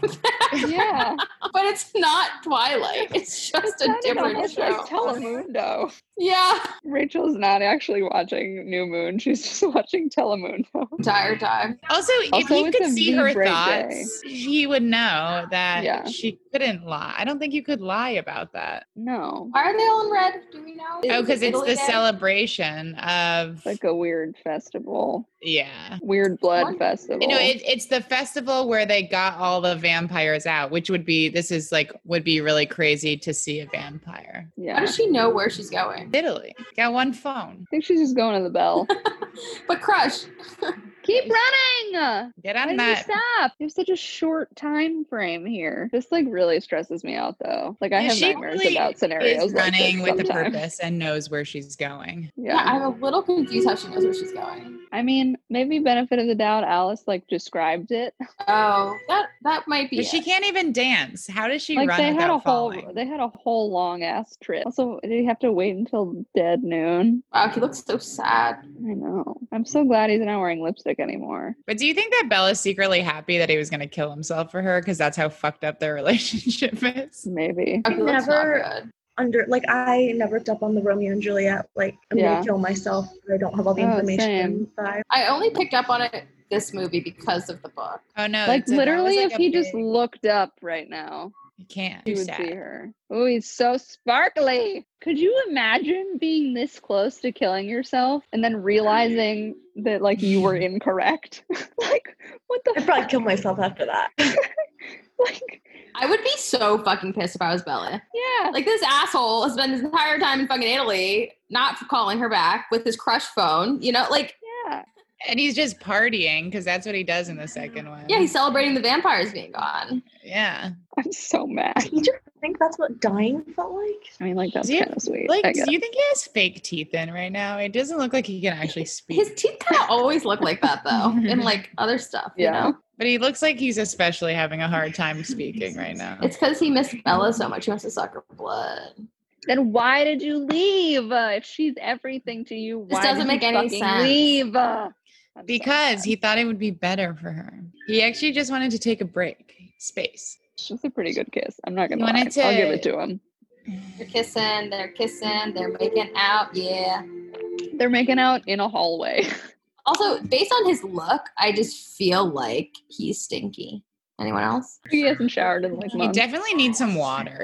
S2: yeah.
S1: but it's not Twilight. It's just a
S2: Sounded
S1: different
S2: almost like
S1: show.
S2: Telemundo.
S1: yeah,
S2: Rachel's not actually watching New Moon. She's just watching Telemundo.
S1: entire time.
S3: Also, if
S2: Also,
S3: he
S2: it's
S3: could
S2: a V
S3: see her
S2: break
S3: thoughts, he would know that
S2: Yeah.
S3: she couldn't lie. I don't think you could lie about that.
S2: No.
S1: Why are they all in red? Do we know?
S3: Oh, because it's the
S1: cell.
S3: celebration of
S2: Like a weird festival.
S3: yeah.
S2: Weird blood
S1: One-
S2: festival.
S3: You know, it, it's the festival where they got all the vampires out, which would be this is like would be really crazy to see a vampire.
S2: yeah.
S1: How
S2: I
S1: does she know where she's going?
S3: Italy got one phone.
S2: think she's just going to the bell.
S1: But Crush,
S2: Keep running!
S3: Get
S2: Why
S3: on
S2: did you
S3: that.
S2: stop? You have such a short time frame here. This like really stresses me out though. Like I
S3: Yeah,
S2: have
S3: she
S2: nightmares
S3: really
S2: about scenarios.
S3: Is running
S2: like
S3: with
S2: this
S3: the
S2: sometimes.
S3: purpose and knows where she's going.
S1: yeah.
S2: Yeah.
S1: I'm a little confused how she knows where she's going.
S2: I mean, maybe benefit of the doubt, Alice like described it.
S1: Oh, that that might be.
S3: But she
S1: it.
S3: can't even dance. How does she
S2: Like
S3: run
S2: they
S3: without
S2: had a whole
S3: falling?
S2: they had a whole long ass trip. Also, did you have to wait until dead noon?
S1: Wow, he looks so sad.
S2: I know. I'm so glad he's not wearing lipstick anymore.
S3: But do you think that Bella's secretly happy that he was going to kill himself for her? Because that's how fucked up their relationship is.
S2: Maybe.
S1: Okay, that's
S4: Never-
S1: not good.
S4: Under like I never picked up on the Romeo and Juliet. Like I'm
S2: Yeah.
S4: gonna kill myself. I don't have all the
S2: Oh,
S4: information. Bye.
S1: I only picked up on it this movie because of the book.
S3: Oh no!
S2: Like
S3: it's a- that was,
S2: literally
S3: like,
S2: if
S3: a
S2: he just
S3: big-
S2: looked up right now,
S3: you can't.
S2: you
S3: Too
S2: would
S3: sad.
S2: see her. Oh, he's so sparkly. Could you imagine being this close to killing yourself and then realizing that like you were incorrect? like what the
S4: I'd
S2: fuck?
S4: probably kill myself after that.
S2: Like
S1: I would be so fucking pissed if I was Bella.
S2: yeah.
S1: Like this asshole has spent his entire time in fucking Italy, not calling her back with his crush phone. You know, like
S2: yeah.
S3: And he's just partying because that's what he does in the second one.
S1: yeah, he's celebrating the vampires being gone.
S3: yeah.
S2: I'm so mad.
S4: Did you think that's what dying felt like?
S2: I mean like that's
S3: Do you-
S2: kind of sweet. I
S3: Like,
S2: guess.
S3: do you think he has fake teeth in right now? It doesn't look like he can actually speak.
S1: His teeth kind of always look like that though, and like other stuff.
S2: Yeah.
S1: You know,
S3: but he looks like he's especially having a hard time speaking right now.
S1: it's because he missed Bella so much. He wants to suck her blood.
S2: Then why did you leave? Uh, if she's everything to you,
S1: This
S2: why
S1: doesn't
S2: did
S1: make
S2: you
S1: any
S2: fucking
S1: sense.
S2: Leave. Uh, I'm so
S3: because
S2: mad.
S3: he thought it would be better for her. He actually just wanted to take a break, space.
S2: It's just a pretty good kiss. I'm not gonna.
S3: wanted
S2: Lie. I'll give it
S3: to-
S2: to him.
S1: They're kissing. They're kissing. They're making out. Yeah.
S2: They're making out in a hallway.
S1: Also, based on his look, I just feel like he's stinky. Anyone else?
S2: he hasn't showered in like
S3: He
S2: months.
S3: definitely needs some water.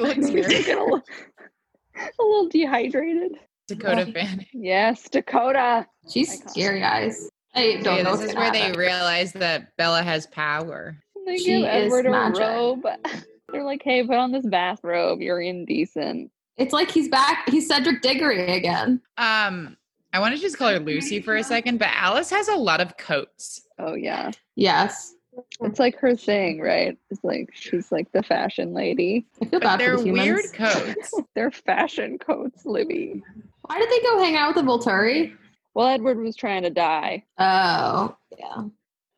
S3: looks
S2: He's
S3: very
S2: looking a, little, a little dehydrated.
S3: Dakota Fanning.
S2: Yes, Dakota.
S1: She's
S2: Iconic.
S1: scary eyes. I don't know.
S3: Yeah, this
S1: what's
S3: is
S1: gonna
S3: where they
S1: happen.
S3: realize that Bella has power.
S2: They
S1: She
S2: give
S1: is
S2: Edward a
S1: magic.
S2: robe. They're like, hey, put on this bathrobe. You're indecent.
S1: It's like he's back. He's Cedric Diggory again.
S3: Um, I want to just call her Lucy for a second, but Alice has a lot of coats.
S2: Oh, yeah.
S1: Yes.
S2: It's like her thing, right? It's like she's like the fashion lady.
S1: I feel
S3: But
S1: bad for
S3: they're
S1: the humans.
S3: weird coats.
S2: They're fashion coats, Libby.
S1: Why did they go hang out with the Volturi?
S2: Well, Edward was trying to die.
S1: Oh, yeah.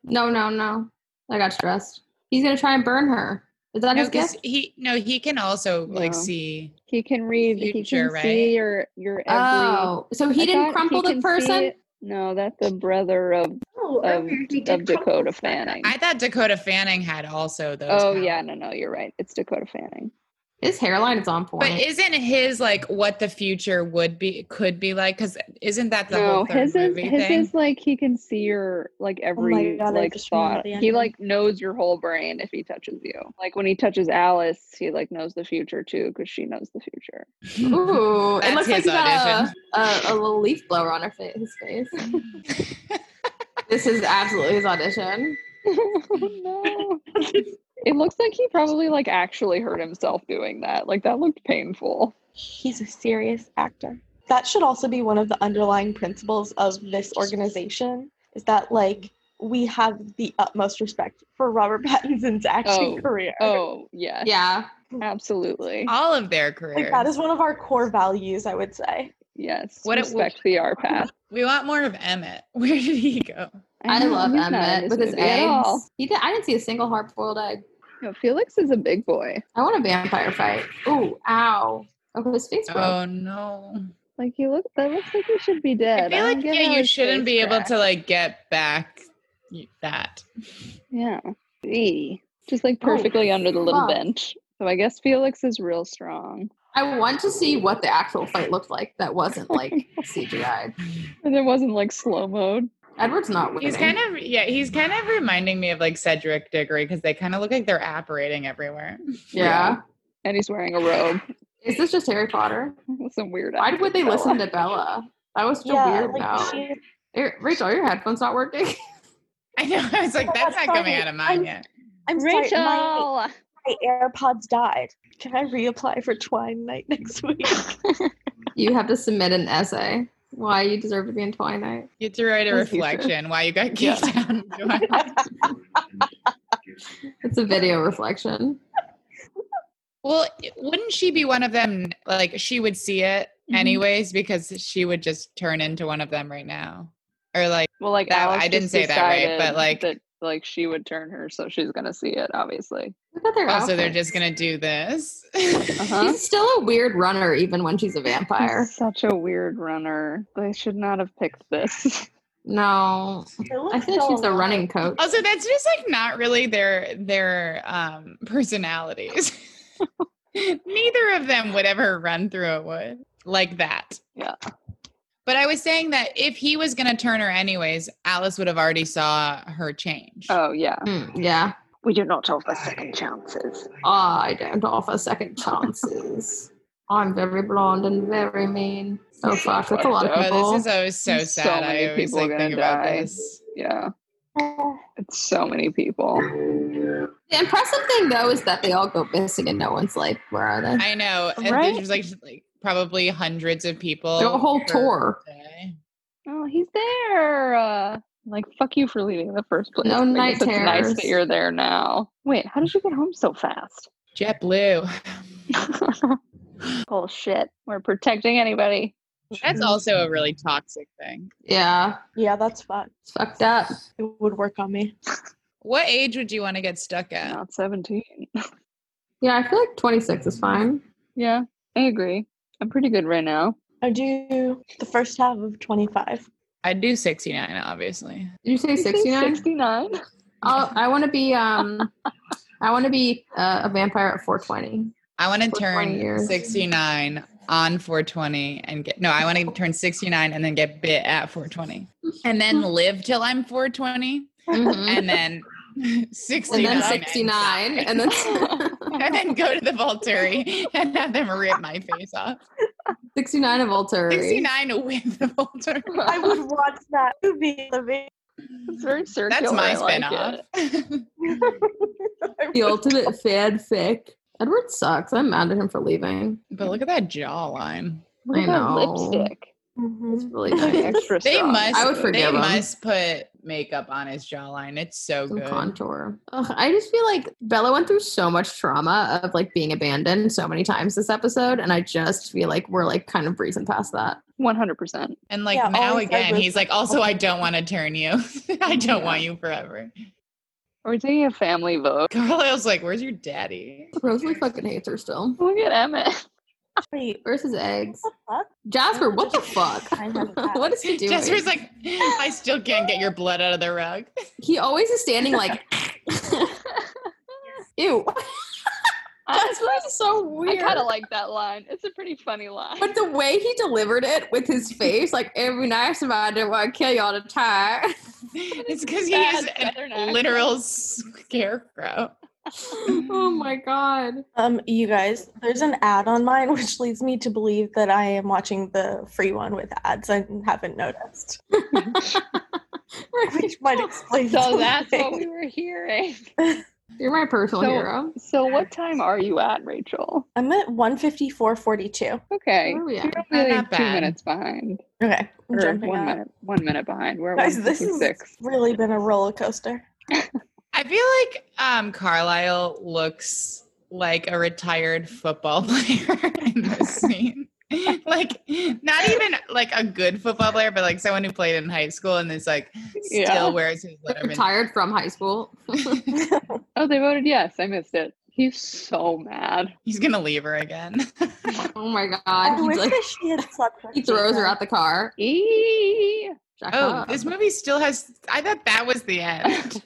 S1: No, no, no. I got stressed. He's gonna try and burn her. Is that
S3: No, e-
S1: his
S3: 'cause
S1: gift?
S3: he no, he can also like
S2: No.
S3: see.
S2: He can read. he can
S3: Future, right?
S2: see your your every.
S1: Oh, so he
S2: I
S1: didn't
S2: thought
S1: crumple the
S2: can see
S1: person.
S2: it- No, that's the brother of
S4: Oh,
S2: of,
S4: earlier he
S2: of
S4: did
S2: Dakota
S4: crumple stuff.
S2: Fanning.
S3: I thought Dakota Fanning had also those.
S2: Oh
S3: powers.
S2: yeah, no, no, you're right. It's Dakota Fanning.
S1: His hairline is on
S3: But
S1: point.
S3: isn't his like what the future would be could be like? Because isn't that the
S2: no,
S3: whole third
S2: his is
S3: movie
S2: his
S3: thing?
S2: is like he can see your like every
S4: Oh God, I
S2: like
S4: just remembered
S2: thought.
S4: the
S2: He
S4: ending.
S2: like knows your whole brain if he touches you. Like when he touches Alice, he like knows the future too because she knows the future.
S1: Ooh, it
S3: That's
S1: looks like
S3: his
S1: he got
S3: audition.
S1: a, a, a little leaf blower on her fa- his face. this is absolutely his audition.
S2: Oh, no. It looks like he probably like actually hurt himself doing that. Like that looked painful.
S4: He's a serious actor. That should also be one of the underlying principles of this organization is that like we have the utmost respect for Robert Pattinson's acting
S2: Oh,
S4: career.
S2: Oh yeah,
S1: Yeah,
S2: absolutely.
S3: All of their
S4: Like
S3: careers.
S4: that is one of our core values, I would say.
S2: Yes,
S3: What it-
S2: respect the R path.
S3: we want more of Emmett. Where did he go?
S1: I,
S2: know,
S1: love
S2: he's not in
S1: Emmett
S2: this
S1: with his
S2: movie at all.
S1: eggs. He did, I didn't see a single hard boiled egg.
S2: No, Felix is a big boy.
S1: I want a vampire fight. Ooh, ow. Oh, his face broke.
S3: Oh no!
S2: Like he look that looks like he should be
S3: I
S2: dead.
S3: feel
S2: don't
S3: like
S2: get
S3: yeah,
S2: how
S3: you
S2: his
S3: shouldn't
S2: face
S3: be able
S2: cracked.
S3: to like get back y- that.
S2: Yeah. Eee. Just like perfectly under the little
S1: fuck.
S2: bench. So I guess Felix is real strong.
S1: I want to see what the actual fight looked like that wasn't like CGI.
S2: And it wasn't like slow mode.
S1: Edward's not winning.
S3: He's kind of yeah, he's kind of reminding me of like Cedric Diggory because they kind of look like they're apparating everywhere.
S1: yeah.
S2: And he's wearing a robe.
S1: Is this just Harry Potter?
S2: Some weird
S1: Why
S2: act
S1: would
S2: of
S1: they
S2: Bella.
S1: listen to Bella? That was such a weird
S4: like,
S1: no.
S4: she-
S1: Here, Rachel, are your headphones not working?
S3: I know. I was like,
S4: Oh,
S3: that's not
S4: that's
S3: coming
S4: funny.
S3: out of mine
S4: I'm-
S3: yet.
S4: I'm
S2: Rachel
S4: sorry, my, my AirPods died. Can I reapply for Twine Night next week?
S1: you have to submit an essay why you deserve to be in Twilight.
S3: You had to write a
S1: Thank you, sir.
S3: reflection why you got kicked out.
S1: It's a video reflection.
S3: well, wouldn't she be one of them? Like she would see it
S2: Mhm.
S3: anyways because she would just turn into one of them right now. Or like
S2: Well like
S3: That-
S2: Alice
S3: I didn't
S2: just
S3: say that right,
S2: decided
S3: but, like-
S2: that like she would turn her so she's gonna see it, obviously.
S1: Look at their
S3: oh, so they're
S1: outfits.
S3: just gonna do this.
S2: Uh-huh.
S1: She's still a weird runner even when she's a vampire.
S2: She's such a weird runner. They should not have picked this.
S1: No. I think she's a running coach.
S3: also, that's just like not really their their um personalities. Neither of them would ever run through a wood like that.
S2: Yeah.
S3: But I was saying that if he was going to turn her anyways, Alice would have already saw her change.
S2: Oh yeah.
S1: Mm, yeah.
S2: We do not offer second chances.
S1: I don't offer second chances. I'm very blonde and very mean. Oh fuck, that's a lot of
S2: Fucked
S3: Oh,
S1: people.
S3: this is always so
S2: So
S3: sad. I
S2: many
S3: always
S2: people are
S3: like
S2: gonna
S3: think about
S2: die.
S3: this.
S2: Yeah. It's so many people.
S1: the impressive thing though is that they all go missing and no one's like, where are they?
S3: I know. And
S2: Right?
S3: There's like, like probably hundreds of people.
S1: Their whole
S3: per
S1: tour.
S3: day.
S2: Oh, he's there. Uh, like, fuck you for leaving in the first place.
S1: No
S2: I guess
S1: night
S2: it's nice
S1: terrors.
S2: that you're there now. Wait, how did you get home so fast?
S3: JetBlue.
S2: Bullshit. We're protecting anybody.
S3: That's also a really toxic thing.
S1: Yeah.
S4: Yeah, that's fun.
S1: It's fucked up.
S4: It would work on me.
S3: What age would you want to get stuck at?
S2: Not 17.
S1: Yeah, I feel like 26 is fine.
S2: Yeah, I agree. I'm pretty good right now.
S4: I do the first half of 25.
S3: I'd do 69, obviously.
S1: Did you say
S2: You say
S1: 69?
S2: 69?
S1: Oh, I want to be um, I want to be uh, a vampire at 420.
S3: I want to
S1: For 20
S3: turn
S1: years.
S3: 69 on 420 and get no, I want to turn 69 and then get bit at 420 and then live till I'm 420
S1: Mhm.
S3: and then 69
S1: And then 69, and then
S3: and then go to the Volturi and have them rip my face off.
S1: 69 of Volturi.
S3: 69 with the Volturi.
S4: I would watch that movie. Living.
S2: It's very circular.
S3: That's my
S2: I like
S3: spin off.
S2: it.
S1: The ultimate fanfic Edward sucks. I'm mad at him for leaving.
S3: But look at that jawline.
S2: Look at
S1: I
S2: that
S1: know.
S2: lipstick.
S4: Mm-hmm.
S1: It's really
S2: Like
S1: nice.
S2: extra
S3: They
S2: strong.
S3: must.
S1: I would
S3: they
S1: forgive him.
S3: must put makeup on his jawline. It's so
S1: Some
S3: good.
S1: contour. Ugh, I just feel like Bella went through so much trauma of like being abandoned so many times this episode, and I just feel like we're like kind of breezing past that.
S2: One hundred percent.
S3: and like
S7: Yeah,
S3: now
S7: always
S3: again,
S7: eyebrows-
S3: he's like, also, I don't want to turn you. I don't want you forever.
S2: We're taking a family vote.
S3: Carlisle's like, where's your daddy?
S1: Rosalie fucking hates her still.
S2: Look at Emmett.
S4: Wait,
S1: Where's his eggs?
S4: what the fuck?
S1: Jasper, what the fuck?
S4: I have a cat.
S1: what is he doing?
S3: Jasper's like, I still can't get your blood out of the rug.
S1: he always is standing like. Ew. Jasper's so
S2: I
S1: weird.
S2: kind of like that line. It's a pretty funny line.
S1: But the way he delivered it with his face, like every night somebody want to kill you all the time.
S3: It's because he is
S2: Bad
S3: a
S2: Southern accent.
S3: literal scarecrow.
S1: oh my god.
S4: Um, you guys, there's an ad on mine, which leads me to believe that I am watching the free one with ads and haven't noticed, which might explain.
S2: So that's what
S4: something.
S2: we were hearing.
S1: You're my personal
S2: So-
S1: hero.
S2: So what time are you at, Rachel?
S4: I'm at one fifty four forty two.
S2: Okay.
S1: Where are we at?
S2: You're
S3: Not
S2: only like
S3: that
S2: two
S3: bad.
S2: minutes behind.
S4: Okay, I'm
S2: Or
S4: jumping
S2: one
S4: out.
S2: minute one minute behind. We're at
S4: Guys, this has
S2: 156.
S4: really been a roller coaster.
S3: I feel like um, Carlisle looks like a retired football player in this scene. like not even like a good football player, but like someone who played in high school and is like still
S2: Yeah.
S3: wears his letterman.
S1: Retired from high school.
S2: Oh, they voted yes. I missed it. He's so mad.
S3: He's gonna leave her again.
S1: Oh my
S4: I
S1: god. He,
S4: wish
S1: like,
S4: that she had slept. with
S1: he throws her
S4: Jacob.
S1: out the car.
S2: Eee.
S1: Jack
S3: oh,
S1: up.
S3: this movie still has I thought that was the end.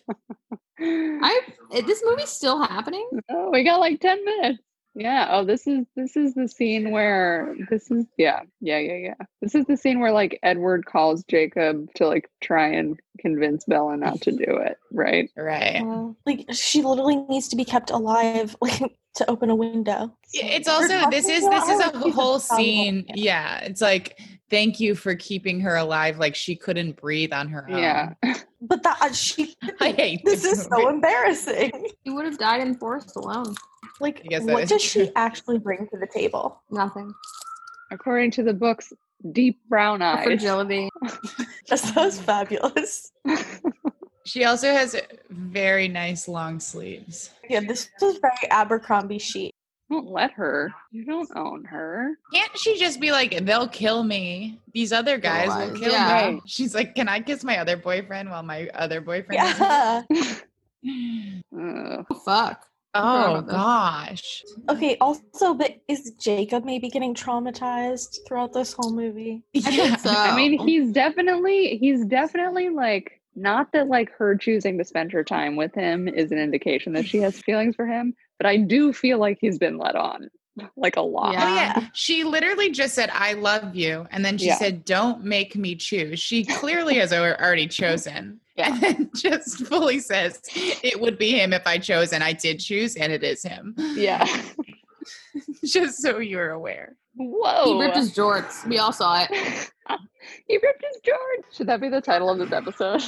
S1: I is this movie's still happening?
S2: Oh, we got like 10 minutes. Yeah. Oh, this is this is the scene where this is yeah, yeah, yeah, yeah. This is the scene where like Edward calls Jacob to like try and convince Bella not to do it, right?
S3: right.
S4: Like she literally needs to be kept alive, like to open a window.
S3: Yeah, It's
S4: We're
S3: also
S4: talking
S3: this is
S4: about
S3: this is
S4: how
S3: a
S4: she's
S3: whole
S4: valuable.
S3: scene. Yeah. It's like thank you for keeping her alive like she couldn't breathe on her own.
S2: Yeah.
S4: But that uh, she.
S3: I hate
S4: This
S3: this.
S4: is
S3: movie.
S4: so embarrassing.
S1: He would have died in the forest alone.
S4: Like,
S3: I guess that
S4: what
S3: is
S4: does she
S3: true.
S4: actually bring to the table?
S1: Nothing.
S2: According to the books, deep brown
S1: Her
S2: eyes.
S1: Fragility.
S4: Just those fabulous.
S3: She also has very nice long sleeves.
S4: Yeah, this was very Abercrombie chic.
S2: Don't let her. You don't own her.
S3: Can't she just be like, they'll kill me? These other guys will
S1: Otherwise,
S3: kill
S1: yeah.
S3: me. She's like, can I kiss my other boyfriend while my other boyfriend? is here?"
S4: Yeah.
S2: Ugh.
S1: Oh, fuck. forgot
S3: Oh
S1: about this.
S3: gosh.
S4: Okay. Also, but is Jacob maybe getting traumatized throughout this whole movie?
S3: Yeah.
S1: So
S2: I mean, he's definitely he's definitely like not that like her choosing to spend her time with him is an indication that she has feelings for him, but I do feel like he's been let on like a lot.
S1: Yeah.
S3: Oh yeah. She literally just said, I love you. And then she
S2: Yeah.
S3: said, Don't make me choose. She clearly has al- already chosen.
S2: Yeah.
S3: And then just fully says, It would be him if I chose, and I did choose, and it is him.
S2: Yeah.
S3: just so you're aware.
S2: Whoa.
S1: he ripped his jorts. We all saw it.
S2: he ripped his George. Should that be the title of this episode?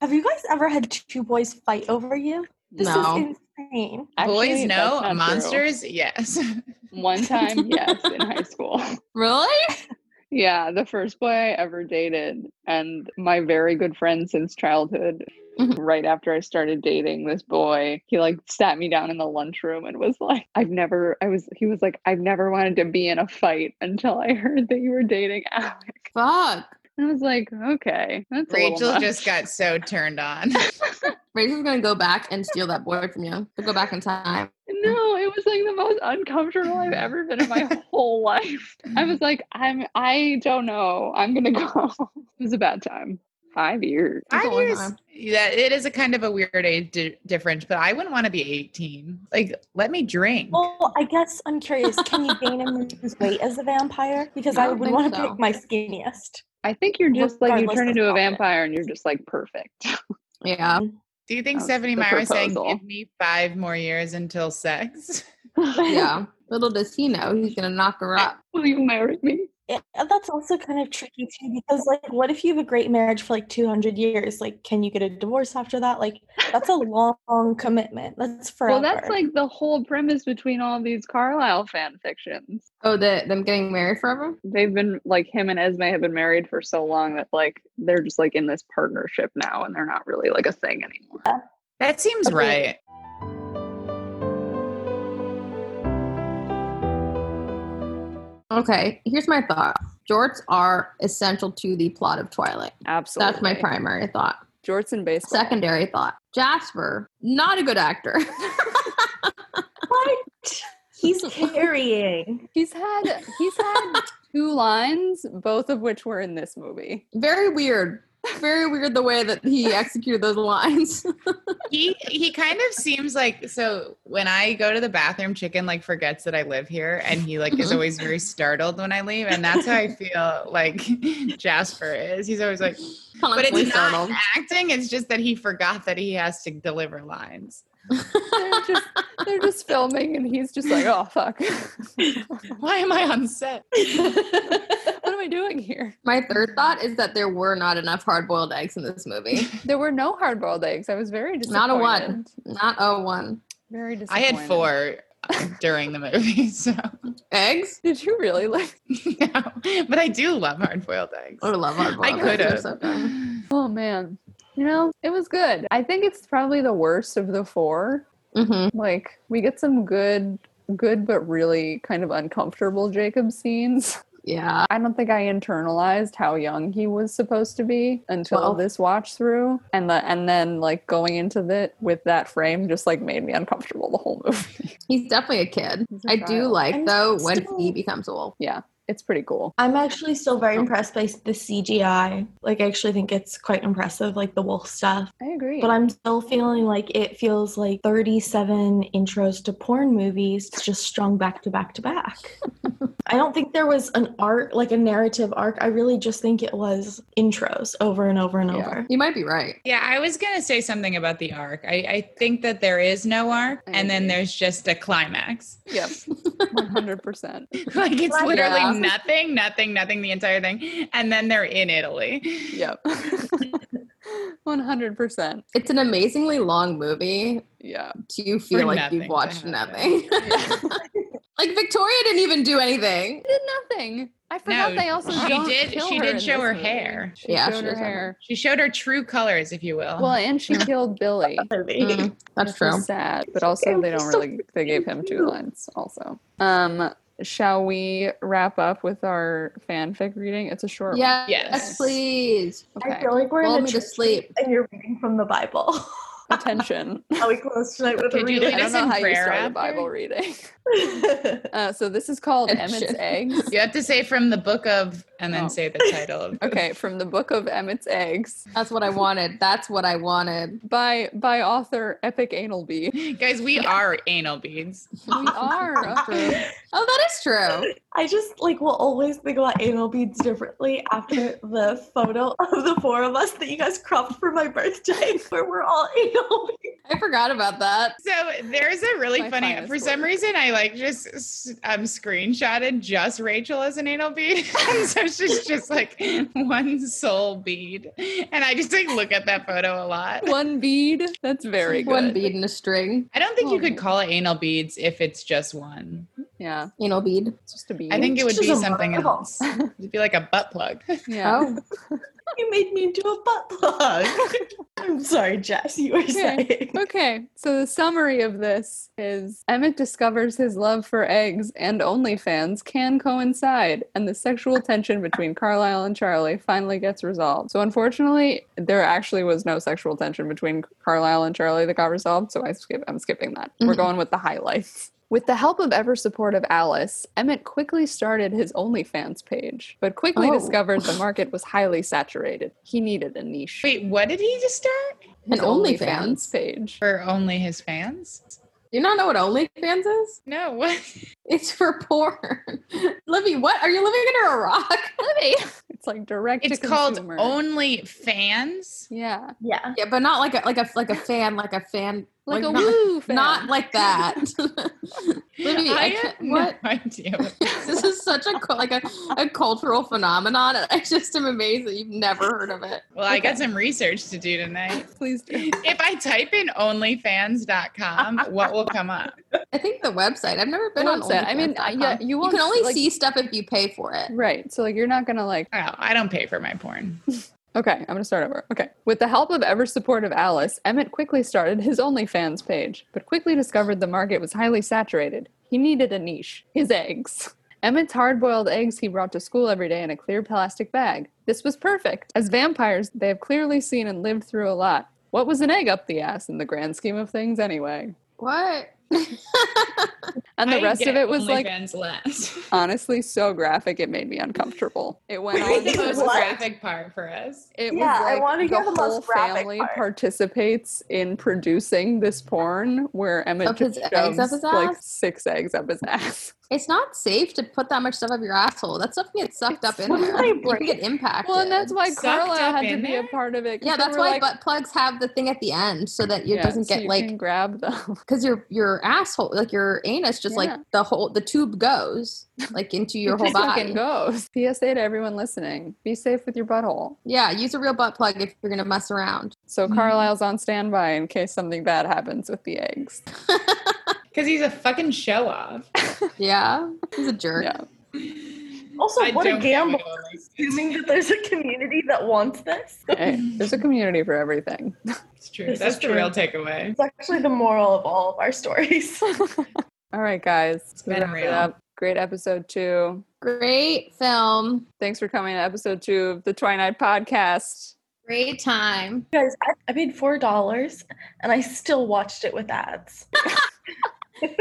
S4: Have you guys ever had two boys fight over you? This
S1: no.
S4: is insane.
S2: Actually,
S3: Boys,
S2: that's not
S3: no.
S2: true.
S3: Monsters, yes.
S2: One time, yes, in high school.
S1: Really?
S2: Yeah, the first boy I ever dated, and my very good friend since childhood.
S3: Mm-hmm.
S1: Mhm.
S2: Right after I started dating this boy, he like sat me down in the lunchroom and was like, I've never, I was, he was like, I've never wanted to be in a fight until I heard that you were dating Alec.
S1: Fuck.
S2: And I was like, okay, that's a little
S3: Rachel
S2: much."
S3: just got so turned on.
S1: Rachel's gonna go back and steal that boy from you. She'll go back in time.
S2: No, it was like the most uncomfortable I've ever been in my whole life. I
S3: Mm-hmm.
S2: was like, I'm, I don't know, I'm gonna go. it was a bad time. Five years.
S1: That's a
S3: Five
S1: long
S3: years.
S1: time.
S3: Yeah, it is a kind of a weird age di- difference, but I wouldn't want to be 18. Like, let me drink.
S4: Well, I guess I'm curious. Can you gain and lose weight as a vampire? Because
S1: I
S4: I
S1: don't
S4: would
S1: think
S4: want to
S1: so.
S4: pick my skinniest.
S2: I think you're just like you
S4: Regardless
S2: turn
S4: of
S2: into a
S4: profit.
S2: vampire and you're just like perfect.
S1: Yeah.
S3: Do you think
S2: That was
S3: Stephanie
S2: the
S3: Meyer is saying,
S2: proposal.
S3: give me five more years until sex?
S1: Yeah. Little does he know he's gonna knock her up.
S2: Will you marry me?
S4: it, Eh, that's also kind of tricky too because like what if you have a great marriage for like 200 years like can you get a divorce after that like that's a long commitment that's forever
S8: Well, that's like the whole premise between all these Carlisle fan fictions.
S1: Oh, the them getting married forever?
S8: They've been like him and Esme have been married for so long that like they're just like in this partnership now and they're not really like a thing anymore.
S3: That seems
S4: Okay.
S3: right.
S1: Okay, here's my thought. Jorts are essential to the plot of Twilight.
S8: Absolutely.
S1: That's my primary thought.
S2: Jorts and baseball.
S1: Secondary thought. Jasper, not a good actor.
S4: he's carrying
S2: He's had he's had two lines, both of which were in this movie.
S1: Very weird. Very weird the way that he executed those lines.
S3: He he kind of seems like so when I go to the bathroom, chicken like forgets that I live here and he like is
S2: Mm-hmm.
S1: Mhm.
S3: always very startled when I leave. And that's how I feel like Jasper is. He's always like but
S1: Constantly
S3: it's not
S1: startled.
S3: acting, it's just that he forgot that he has to deliver lines.
S2: They're just they're just filming and he's just like, oh fuck.
S3: Why am I on set?
S2: what am I doing here?
S1: My third thought is that there were not enough hard boiled eggs in this movie.
S2: There were no hard boiled eggs. I was very disappointed.
S1: Not a one. Not a one.
S2: Very
S3: I
S2: disappointed.
S3: had four uh, during the movie, so
S1: Eggs?
S2: Did you really like?
S3: no. But I do love hard boiled eggs.
S1: Oh, I would love hard boiled
S3: I could have.
S2: Oh man, you know it was good. I think it's probably the worst of the four.
S1: hmm
S2: Like we get some good, good but really kind of uncomfortable Jacob scenes.
S1: Yeah.
S2: I don't think I internalized how young he was supposed to be until
S1: Well-
S2: this watch through, and the and then like going into that with that frame just like made me uncomfortable the whole movie.
S1: He's definitely a kid.
S2: He's a
S1: I do
S2: child.
S1: like,
S4: And
S1: though, when
S4: still-
S1: he becomes a wolf.
S2: It's pretty cool.
S4: i'm actually still
S8: Oh.
S4: very impressed by the cgi like i actually think it's quite impressive like the wolf stuff
S2: I agree.
S4: but i'm still feeling like it feels like 37 intros to porn movies just strung back to back to back i don't think there was an arc like a narrative arc i really just think it was intros over and over and
S2: Yeah.
S4: over
S1: You might be right.
S3: Yeah, I was gonna say something about the arc. I, I think that there is no arc,
S2: I
S3: and then
S2: agree.
S3: there's just a climax.
S2: yep, one hundred percent.
S3: Like it's literally
S1: Yeah.
S3: nothing, nothing, nothing the entire thing, and then they're in Italy.
S2: Yep, one hundred percent.
S1: It's an amazingly long movie.
S2: Yeah.
S1: Do you feel
S3: For
S1: like
S3: nothing
S1: you've
S3: to
S1: watched
S3: happen.
S1: nothing? like Victoria didn't even do anything.
S2: did nothing. I forgot
S3: No,
S2: they also
S3: she
S2: don't
S3: did-
S2: kill
S3: she
S2: her
S3: did
S2: in
S3: show
S2: this
S3: her
S2: movie.
S3: hair.
S2: She
S1: Yeah,
S2: showed
S1: she
S2: her
S1: does have
S2: hair.
S3: She showed her true colors, if you will.
S2: Well, and she killed Billy.
S1: Mm, that's
S2: which was
S1: true.
S2: Sad, but also they don't really. They gave him two lines. Also, um, shall we wrap up with our fanfic reading? It's a short.
S1: Yes,
S3: Yes.
S1: please.
S2: One.
S4: I
S2: Okay.
S4: feel like we're
S1: Lull
S4: in a
S1: me to
S4: church
S1: sleep.
S4: and you're reading from the Bible.
S2: Attention.
S4: How we close tonight with a
S3: Could you
S2: I
S3: lead
S2: don't
S3: us
S2: know
S3: in
S2: how you
S3: prayer
S2: start a
S3: after?
S2: Bible reading.
S4: reading.
S2: Uh, so this is called Emmett's
S1: Attention.
S2: Eggs.
S3: You have to say from the book of, and then
S2: Oh.
S3: say the title. Of
S2: Okay, from the book of Emmett's Eggs
S1: That's what I wanted. That's what I wanted.
S2: by by author Epic Analbee.
S3: Guys, we are anal beads.
S2: We are up for-
S1: Oh, that is true.
S4: I just like will always think about anal beads differently after the photo of the four of us that you guys cropped for my birthday, where we're all anal beads.
S1: I forgot about that.
S3: So there's a really
S2: My
S3: funny.
S2: finest
S3: For some
S2: work.
S3: reason, I like just s- um screenshotted just Rachel as an anal bead, and so she's just like one sole bead, and I just like look at that photo a lot.
S2: one bead. That's very good.
S1: One bead in a string.
S3: I don't think you
S2: Oh.
S3: could call it anal beads if it's just one.
S2: Yeah,
S1: Anal bead.
S2: it's just a bead.
S3: I think it would
S4: Just
S3: be
S4: a
S3: something
S4: marble.
S3: else. It'd be like a butt plug.
S2: Yeah.
S1: Oh,
S4: You made me into a butt plug. I'm sorry, Jess, you were
S2: Okay.
S4: saying.
S2: Okay, so the summary of this is Emmett discovers his love for eggs and OnlyFans can coincide, and the sexual tension between Carlisle and Charlie finally gets resolved. So, unfortunately, there actually was no sexual tension between Carlisle and Charlie that got resolved, so I skip, I'm skipping that. We're
S1: Mhm.
S2: going with the highlights. Mm-hmm. With the help of ever supportive Alice, Emmett quickly started his OnlyFans page, but quickly
S1: Oh.
S2: discovered the market was highly saturated. He needed a niche.
S3: Wait, what did he just start?
S2: His
S1: An OnlyFans?
S2: page.
S3: For only his fans?
S1: do you not know what OnlyFans is?
S3: No, what?
S1: It's for porn. Livy, what? Are you living under a rock? Livy.
S2: It's like direct.
S3: It's
S2: to
S3: called
S2: consumer.
S3: Only Fans.
S2: Yeah,
S4: Yeah.
S1: Yeah, but not like a like a like a fan, like a fan,
S2: like, a
S1: not,
S2: woo fan.
S1: not like that. Libby, I
S3: I
S1: can't-
S3: have no
S1: what?
S3: idea. what-
S1: this is such a cu- like a, a cultural phenomenon. and I just am amazed that you've never heard of it.
S3: Well, I got some research to do tonight.
S2: Please do.
S3: If I type in onlyfans.com, what will come up?
S1: I think the website. I've never been
S2: The
S1: on
S2: website. I mean, I-
S1: OnlyFans.com.
S2: yeah, you
S1: you
S2: won't
S1: can
S2: s-
S1: only
S2: like-
S1: see stuff if you pay for it.
S2: Right. So like you're not gonna like
S3: Oh, I don't pay for my porn.
S2: Okay, I'm gonna start over. Okay. With the help of ever supportive Alice, Emmett quickly started his OnlyFans page, but quickly discovered the market was highly saturated. He needed a niche. His eggs. Emmett's hard boiled eggs he brought to school every day in a clear plastic bag. This was perfect. As vampires, they have clearly seen and lived through a lot. What was an egg up the ass in the grand scheme of things anyway?
S1: What?
S2: And the
S3: I
S2: rest of
S3: get
S2: it was like
S3: OnlyFans last.
S2: honestly so graphic it made me uncomfortable. It went
S3: That
S2: on
S3: was the
S2: for
S3: most
S4: What?
S3: graphic part for us.
S2: It was
S4: Yeah, I
S2: like
S4: wanna hear
S2: the,
S4: the most
S2: whole
S4: graphic
S2: family
S4: part.
S2: participates in producing this porn where Emmett
S1: Up his
S2: just
S1: eggs up
S2: shoves,
S1: his
S2: like
S1: ass?
S2: six eggs up his ass.
S1: It's not safe to put that much stuff up your asshole. That stuff can get sucked up in
S4: It's
S1: there.
S4: my
S1: You can
S4: brain.
S1: get impacted.
S2: Well, and that's why
S3: Sucked
S2: Carla
S3: up
S2: had to
S3: in
S2: be a
S3: there?
S2: part of it. 'cause
S1: yeah,
S2: they
S1: that's
S2: were
S1: why
S2: like,
S1: butt plugs have the thing at the end so that it
S2: Yeah,
S1: doesn't
S2: so
S1: get
S2: you
S1: like
S2: can grab them.
S1: because your your asshole like your anus just
S2: Yeah.
S1: like the whole the tube goes like into your
S2: It
S1: whole
S2: just fucking
S1: body
S2: goes. PSA to everyone listening: Be safe with your butthole.
S1: yeah use a real butt plug if you're gonna mess around
S2: So Carlisle's on standby in case something bad happens with the eggs.
S3: Because he's a fucking show off.
S1: yeah he's a jerk
S2: Yeah.
S4: Also,
S3: I
S4: what a
S3: don't get
S4: gamble.
S3: what OnlyFans-
S4: Assuming that there's a community that wants this.
S2: Hey, there's a community for everything.
S3: It's true.
S4: This
S3: That's
S4: is
S3: the
S4: true.
S3: real takeaway.
S4: It's actually the moral of all of our stories.
S2: All right, guys. It's
S3: been real.
S2: Great episode two.
S1: great film
S2: Thanks for coming to episode two of the Twilight Podcast.
S1: great time
S4: Guys, I, I paid four dollars and I still watched it with ads.
S1: you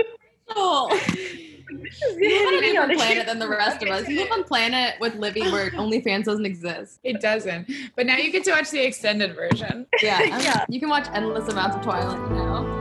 S1: live on a different planet than the rest of us you live on planet with libby where onlyfans doesn't exist
S3: It doesn't. But now you get to watch the extended version.
S1: yeah,
S4: Yeah.
S1: you can watch endless amounts of twilight now